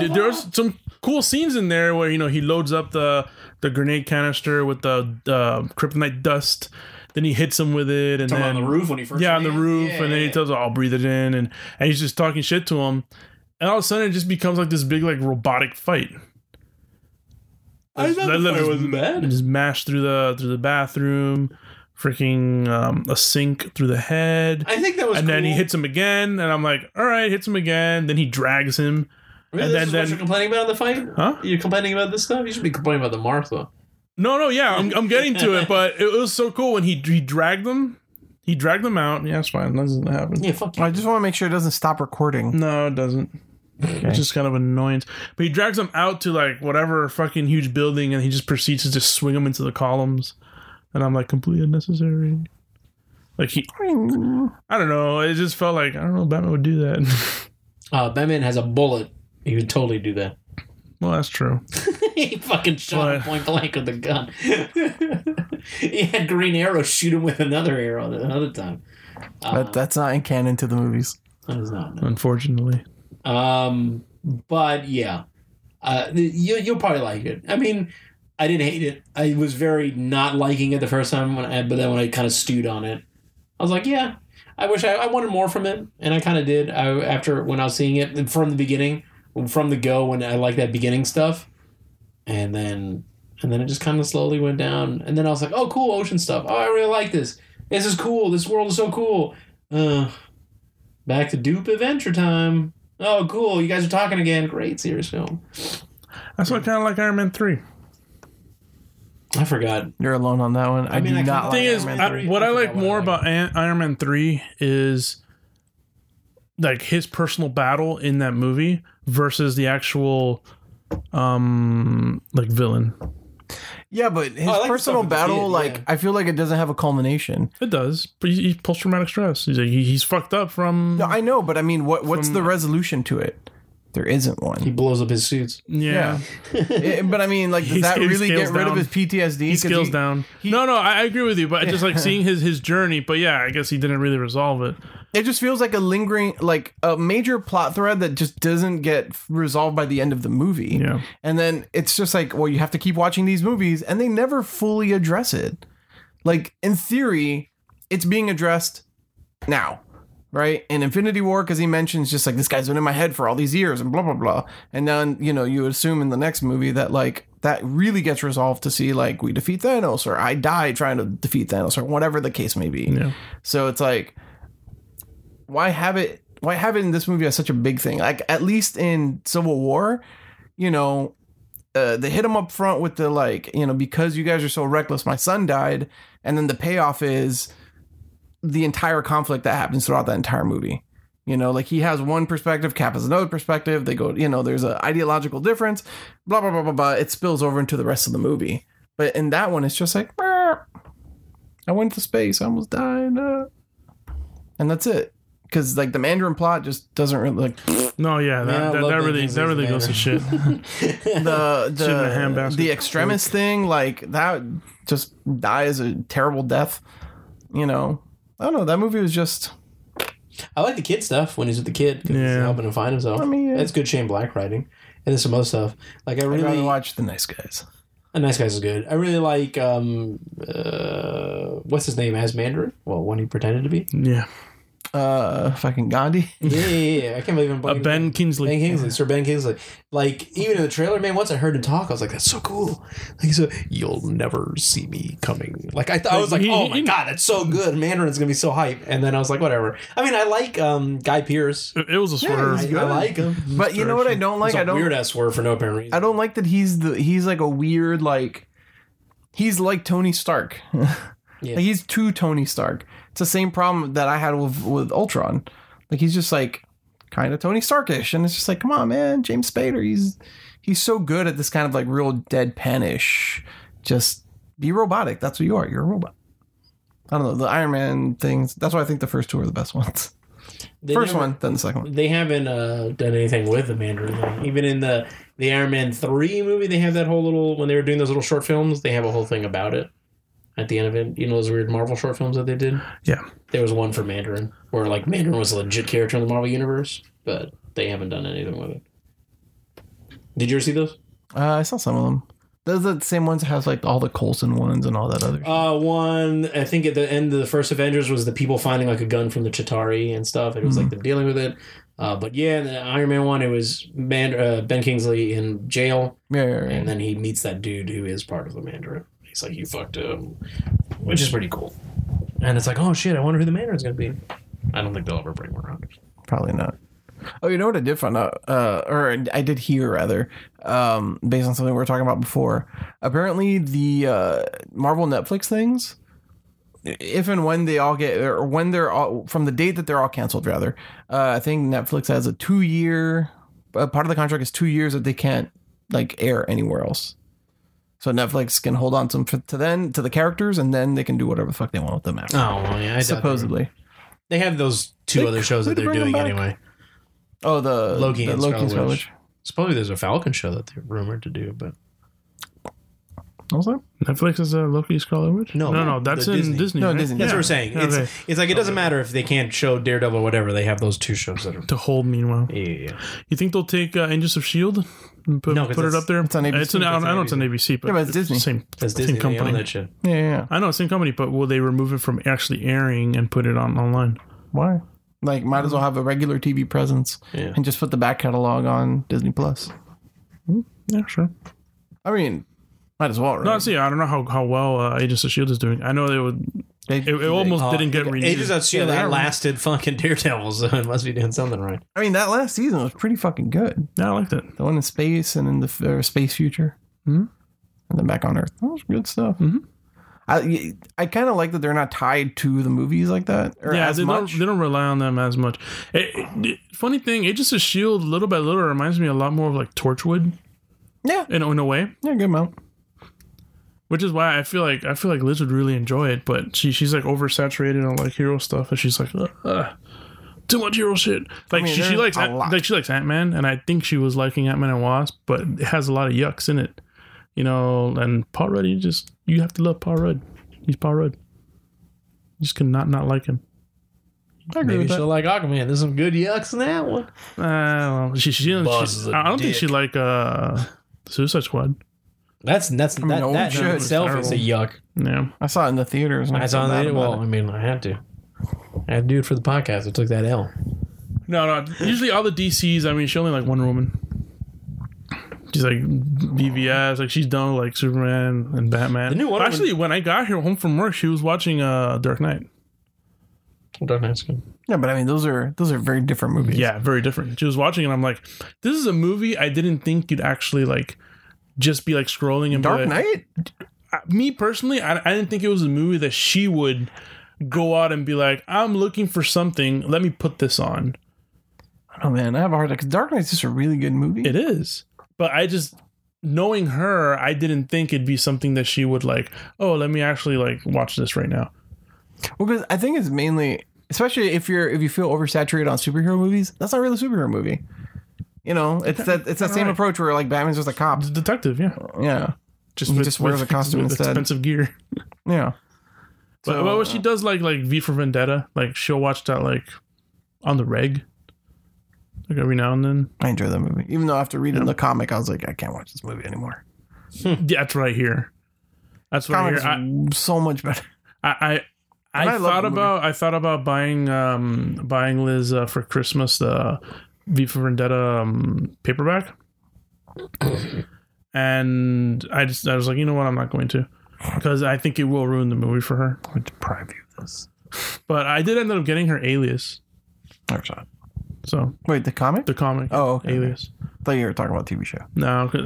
S2: th- there was some cool scenes in there where you know he loads up the the grenade canister with the uh, kryptonite dust, then he hits him with it, and
S3: Come
S2: then
S3: on the roof when he first.
S2: yeah, on the
S3: came in.
S2: roof,
S3: Yeah,
S2: and then he
S3: yeah.
S2: tells, her, "I'll breathe it in," and and he's just talking shit to him, and all of a sudden it just becomes like this big like robotic fight.
S3: I thought
S2: That
S3: the
S2: leather
S3: fight wasn't bad.
S2: Just mashed through the through the bathroom, freaking um, a sink through the head,
S3: I think that was.
S2: and then he
S3: cool.
S2: hits him again, and I'm like, all right, hits him again. Then he drags him.
S3: Really,
S2: and then-
S3: this is
S2: then-
S3: what you're complaining about on the fight?
S2: Huh?
S3: You're complaining about this stuff? You should be complaining about the Martha.
S2: No, no, yeah, I'm, I'm getting to it, but it was so cool when he he dragged them. He dragged them out. Yeah, it's fine. That doesn't happen.
S3: Yeah, fuck you.
S1: I just want to make sure it doesn't stop recording.
S2: No, it doesn't. It's just kind of annoyance. But he drags them out to like whatever fucking huge building, and he just proceeds to just swing them into the columns. And I'm like, completely unnecessary. Like he, I don't know. It just felt like I don't know. Batman would do that.
S3: Uh, Batman has a bullet. He would totally do that.
S2: well, that's true.
S3: he fucking shot him
S2: What?
S3: point blank with a gun. he had Green Arrow shoot him with another arrow another time. Uh,
S1: That, that's not in canon to the movies.
S3: that is not.
S2: Unfortunately,
S3: Um, but yeah, uh, th- you you'll probably like it. I mean, I didn't hate it. I was very not liking it the first time, when I, but then when I kind of stewed on it, I was like, yeah, I wish I, I wanted more from it, and I kind of did. I after when I was seeing it from the beginning, from the go, when I liked that beginning stuff, and then and then it just kind of slowly went down, and then I was like, oh, cool ocean stuff. Oh, I really like this. This is cool. This world is so cool. Uh, back to dupe adventure time. Oh, cool. You guys are talking again. Great series film.
S2: that's what kind of like Iron Man three.
S3: I forgot.
S1: You're alone on that one. I,
S3: mean,
S1: do
S3: I can-
S1: not
S2: thing
S1: like
S2: is,
S1: Iron Man
S2: I-
S1: 3.
S2: what
S3: I
S2: I like
S3: forgot what I
S2: more
S3: like.
S2: about An- Iron Man three is like his personal battle in that movie versus the actual um like villain.
S1: Yeah, but his
S3: I like the
S1: personal
S3: stuff with the
S1: battle,
S3: kid,
S1: like
S3: yeah.
S1: I feel like it doesn't have a culmination.
S2: It does, but he- he's post traumatic stress. He's like, he- he's fucked up from
S1: No, I know, but I mean, what what's the resolution to it? There isn't
S3: He
S1: one.
S3: blows up his suits.
S2: yeah.
S1: Yeah. Eh, but I mean, like, does
S2: He-
S1: that
S2: he
S1: really get
S2: scales
S1: rid
S2: down.
S1: of his PTSD?
S2: He scales down. no, no, I, I agree with you, but just like seeing his his journey. But yeah, I guess he didn't really resolve it.
S1: It just feels like a lingering, like a major plot thread that just doesn't get resolved by the end of the movie.
S2: Yeah.
S1: And then it's just like, well, you have to keep watching these movies, and they never fully address it. Like, in theory, it's being addressed now, right? In Infinity War, because he mentions just like, this guy's been in my head for all these years and blah, blah, blah. And then, you know, you assume in the next movie that like, that really gets resolved to see like, we defeat Thanos, or I die trying to defeat Thanos, or whatever the case may be.
S2: Yeah.
S1: So it's like, why have it? Why have it in this movie as such a big thing? Like at least in Civil War, you know, uh, they hit him up front with the like, you know, because you guys are so reckless, my son died, and then the payoff is the entire conflict that happens throughout that entire movie. You know, like he has one perspective, Cap has another perspective. They go, you know, there's an ideological difference, blah blah blah blah blah. It spills over into the rest of the movie. But in that one, it's just like, "Meow. I went to space, I almost died, uh," and that's it. Because like the Mandarin plot just doesn't really like
S2: No, yeah, that,
S3: Man, I
S2: that,
S3: love
S2: that
S3: that
S2: really
S3: things
S2: that
S3: doesn't
S2: really goes to shit.
S1: the
S2: Shit in a
S1: the,
S2: handbasket.
S1: the extremist thing, like that just dies a terrible death. You know, I don't know. That movie was just
S3: I like the kid stuff when he's with the kid. 'cause He's
S2: Yeah.
S3: helping him find himself.
S1: I mean, yeah.
S3: That's good Shane Black writing. And there's some other stuff. Like, I
S1: I'd
S3: really.
S1: rather watch The Nice Guys.
S3: a Nice Guys is good. I really like. um uh, What's his name as Mandarin? Well, when he pretended to be.
S2: Yeah,
S1: Uh, fucking Gandhi.
S3: Yeah, yeah, yeah. yeah. I can't believe I'm
S2: uh,
S3: blanking-
S2: Ben Kingsley.
S3: Ben Kingsley, Sir Ben Kingsley. Like even in the trailer, man. Once I heard him talk, I was like, "That's so cool!" Like so, you'll never see me coming. Like I, th- I was like,
S2: He-
S3: "Oh
S2: he-
S3: my god, that's so good!" Mandarin's gonna be so hype. And then I was like, "Whatever." I mean, I like um, Guy Pierce.
S2: It, it was a swerve.
S3: I, I like him.
S1: But you know what I don't like?
S3: It's a
S1: I don't.
S3: weird ass word for no apparent reason.
S1: I don't like that he's the he's like a weird like he's like Tony Stark. Like, he's too Tony Stark. It's the same problem that I had with with Ultron. Like he's just like kind of Tony Starkish, and it's just like, come on, man, James Spader, he's he's so good at this kind of like real deadpanish. Just be robotic. That's what you are. You're a robot. I don't know the Iron Man things. That's why I think the first two are the best ones.
S4: They
S1: first
S4: never-
S1: one, then the second one.
S4: They haven't uh, done anything with the Mandarin thing. Even in the the Iron Man three movie, they have that whole little when they were doing those little short films, they have a whole thing about it. At the end of it, you know those weird Marvel short films that they did.
S2: Yeah.
S4: there was one for Mandarin where like Mandarin was a legit character in the Marvel universe, but they haven't done anything with it. Did you ever see those?
S1: Uh, I saw some of them. Those are the same ones that has like all the Colson ones and all that other.
S4: Uh, one I think at the end of the first Avengers was the people finding like a gun from the Chitari and stuff. It was
S3: Hmm.
S4: like them dealing with it. Uh, but yeah, in the Iron Man one, it was Man- uh, Ben Kingsley in jail,
S1: Yeah, yeah, yeah.
S4: and then he meets that dude who is part of the Mandarin. He's like, "You fucked him," which is pretty cool. And it's like, "Oh shit, I wonder who the Mandarin's gonna be." I don't think they'll ever bring one around.
S1: probably not. Oh, you know what I did find out, uh, or I did hear rather, um, based on something we were talking about before. Apparently, the uh, Marvel Netflix things, if and when they all get, or when they're all from the date that they're all canceled, rather, uh, I think Netflix has a two year uh, part of the contract is two years that they can't like air anywhere else. So Netflix can hold on to them for, to then to the characters, and then they can do whatever the fuck they want with them after.
S3: Oh, well, yeah. I Supposedly.
S1: supposedly.
S3: They have those two
S1: They
S3: other shows that
S1: could
S3: they're
S1: bring them
S3: doing
S1: back.
S3: anyway.
S1: Oh, the
S3: Loki
S1: the
S3: and
S1: Loki and
S3: Scarlet
S1: Scarlet
S3: Witch.
S1: Witch.
S3: Supposedly there's a Falcon show that they're rumored to do, but
S1: Was there?
S2: Netflix is uh, Loki Scarlet Witch.
S3: No,
S2: no,
S3: the-
S2: no. That's
S3: the
S2: in
S3: Disney.
S2: Disney.
S1: No,
S2: right?
S1: Disney.
S2: Yeah.
S1: That's
S3: that's what we're saying.
S2: Okay.
S3: It's, it's like it doesn't matter if they can't show Daredevil or whatever. They have those two shows that are.
S2: To hold, meanwhile,
S3: Yeah, yeah, yeah.
S2: you think they'll take uh, Agents of Shield and put,
S3: No, 'cause
S2: put it
S3: it's-
S2: up there?
S1: it's on ABC.
S2: It's an, I,
S1: It's
S2: don't,
S1: on
S2: I know it's on ABC, but,
S1: Yeah, but it's
S2: it's
S1: Disney.
S2: Same,
S3: That's
S2: same
S3: Disney. They own
S2: company.
S3: that shit.
S1: Yeah, yeah. yeah.
S2: I know, same company, but will they remove it from actually airing and put it on online?
S1: Why? Like, might as well have a regular TV presence
S3: Yeah.
S1: and just put the back catalog on Disney Plus.
S2: Yeah, sure.
S1: I mean, might as well, right?
S2: No, I see, I don't know how, how well uh, Agents of Shield is doing. I know they would.
S1: They-
S2: It, it almost
S3: Uh,
S2: didn't get renewed.
S3: Ages of Shield
S1: Yeah, they
S3: that
S1: are-
S3: lasted fucking Daredevil, so it must be doing something right.
S1: I mean, that last season was pretty fucking good.
S2: yeah, I liked it.
S1: The one in space and in the f- uh, space future,
S2: Mhm.
S1: and then back on Earth. That was good stuff.
S2: Mhm.
S1: I I kind of like that they're not tied to the movies like that. Or
S2: Yeah,
S1: as
S2: they
S1: much.
S2: don't they don't rely on them as much. It- it- funny thing, Agents of Shield little by little reminds me a lot more of like Torchwood
S1: yeah,
S2: in, in a way,
S1: yeah, good amount.
S2: which is why I feel like I feel like Liz would really enjoy it. But she she's like oversaturated on like hero stuff, and she's like. Ugh, ugh, Too much hero shit. Like
S1: mean,
S2: she, she
S1: there's
S2: likes
S1: a
S2: Ant-
S1: lot.
S2: like she likes Ant Man, and I think she was liking Ant Man and Wasp, but it has a lot of yucks in it, you know. And Paul Rudd, you just you have to love Paul Rudd. He's Paul Rudd. You just cannot not like him.
S1: I agree
S3: Maybe
S1: with that.
S3: she'll like Aquaman. There's some good yucks in that one.
S2: Uh, well, she, she, didn't-
S3: Buzz
S2: she-
S3: is a
S2: I don't think
S3: dick.
S2: she like uh, Suicide Squad.
S3: That's that's
S1: mean,
S3: that,
S1: no one
S3: that
S1: should.
S3: itself is a yuck.
S2: Yeah,
S1: I saw it in the theaters. And
S3: I saw
S1: felt bad
S3: that.
S1: about
S3: Well,
S1: it.
S3: I mean, I had to. I had to do it for the podcast. I took that L.
S2: no, no. Usually all the DCs. I mean, she only like Wonder Woman. She's like BVS. Like she's done with, like Superman and Batman.
S3: The new Wonder
S2: But actually, when I got here home from work, she was watching uh, Dark Knight.
S3: Don't ask him.
S1: yeah, but I mean, those are those are very different movies.
S2: Yeah, very different. She was watching, and I'm like, this is a movie I didn't think you'd actually like. Just be like scrolling and be
S1: Dark
S2: like-
S1: Knight.
S2: me personally, I, I didn't think it was a movie that she would go out and be like, I'm looking for something. Let me put this on.
S1: Oh man, I have a hard time. 'cause Dark Knight's just a really good movie.
S2: It is. But I just, knowing her, I didn't think it'd be something that she would like, oh, let me actually like watch this right now.
S1: Well, because I think it's mainly, especially if you're if you feel oversaturated on superhero movies, that's not really a superhero movie. You know, it's that it's that same
S2: Right.
S1: approach where like Batman's just a cop.
S2: The detective, yeah.
S1: Yeah,
S2: Just,
S1: He just wears a costume
S2: with
S1: instead.
S2: expensive gear.
S1: yeah.
S2: But,
S1: So, uh,
S2: but what she does like like V for Vendetta, like she'll watch that like on the reg. Like every now and then.
S1: I enjoy that movie, even though after reading the comic, I was like, I can't watch this movie anymore.
S2: Yeah, that's right here. That's right
S1: Hmm. Comics
S2: here. I-
S1: are so much better.
S2: I I,
S1: And I
S2: I,
S1: love
S2: thought
S1: the movie.
S2: about I thought about buying um buying Liz uh, for Christmas the V for Vendetta um, paperback, and I just I was like, you know what, I'm not going to because I think it will ruin the movie for her.
S1: I would deprive you of this.
S2: But I did end up getting her Alias,
S1: Never saw it.
S2: so
S1: Wait, the comic?
S2: the comic.
S1: Oh, okay.
S2: Alias.
S1: I thought you were talking about TV show.
S2: No, 'cause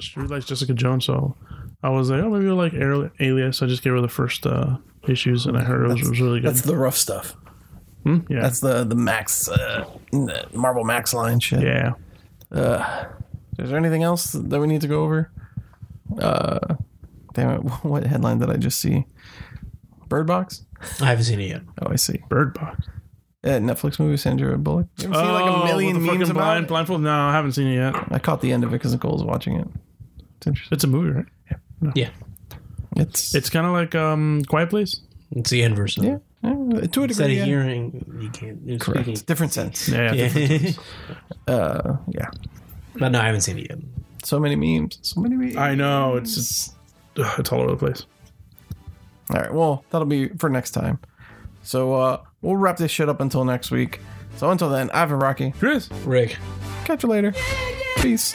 S2: she really likes Jessica Jones, so I was like, oh, maybe I like Al- Alias. I just gave her the first uh, issues, and I heard it was, it was really good.
S1: the rough stuff.
S2: Hmm? Yeah,
S1: That's the the Max uh, the Marvel Max line shit.
S2: Yeah.
S1: Is there anything else that we need to go over? Uh, damn it! What headline did I just see? Bird Box.
S4: I haven't seen it yet.
S1: Oh, I see.
S2: Bird Box.
S1: Uh, Netflix movie Sandra Bullock. You haven't seen like
S2: Oh,
S1: a
S2: with
S1: million
S2: the fucking
S1: memes about
S2: blind,
S1: it?
S2: blindfold. No, I haven't seen it yet.
S1: I caught the end of it because Nicole's watching it. It's interesting.
S2: It's a movie, right?
S4: Yeah,
S1: It's,
S2: It's kind of like um Quiet Place.
S4: it's the inverse. Of
S1: yeah, yeah, to a
S4: Instead
S1: degree.
S4: of
S1: yeah.
S4: hearing, you can't. It's
S1: Correct. Different sense.
S2: Yeah. yeah.
S4: Yeah.
S1: Uh, yeah.
S4: but no, I haven't seen it yet.
S1: So many memes. So many memes.
S2: I know. It's it's, ugh, it's all over the place.
S1: All right. Well, that'll be for next time. So uh, we'll wrap this shit up until next week. So until then, I've been Rocky.
S2: Chris.
S4: Rick.
S1: Catch you later. Peace.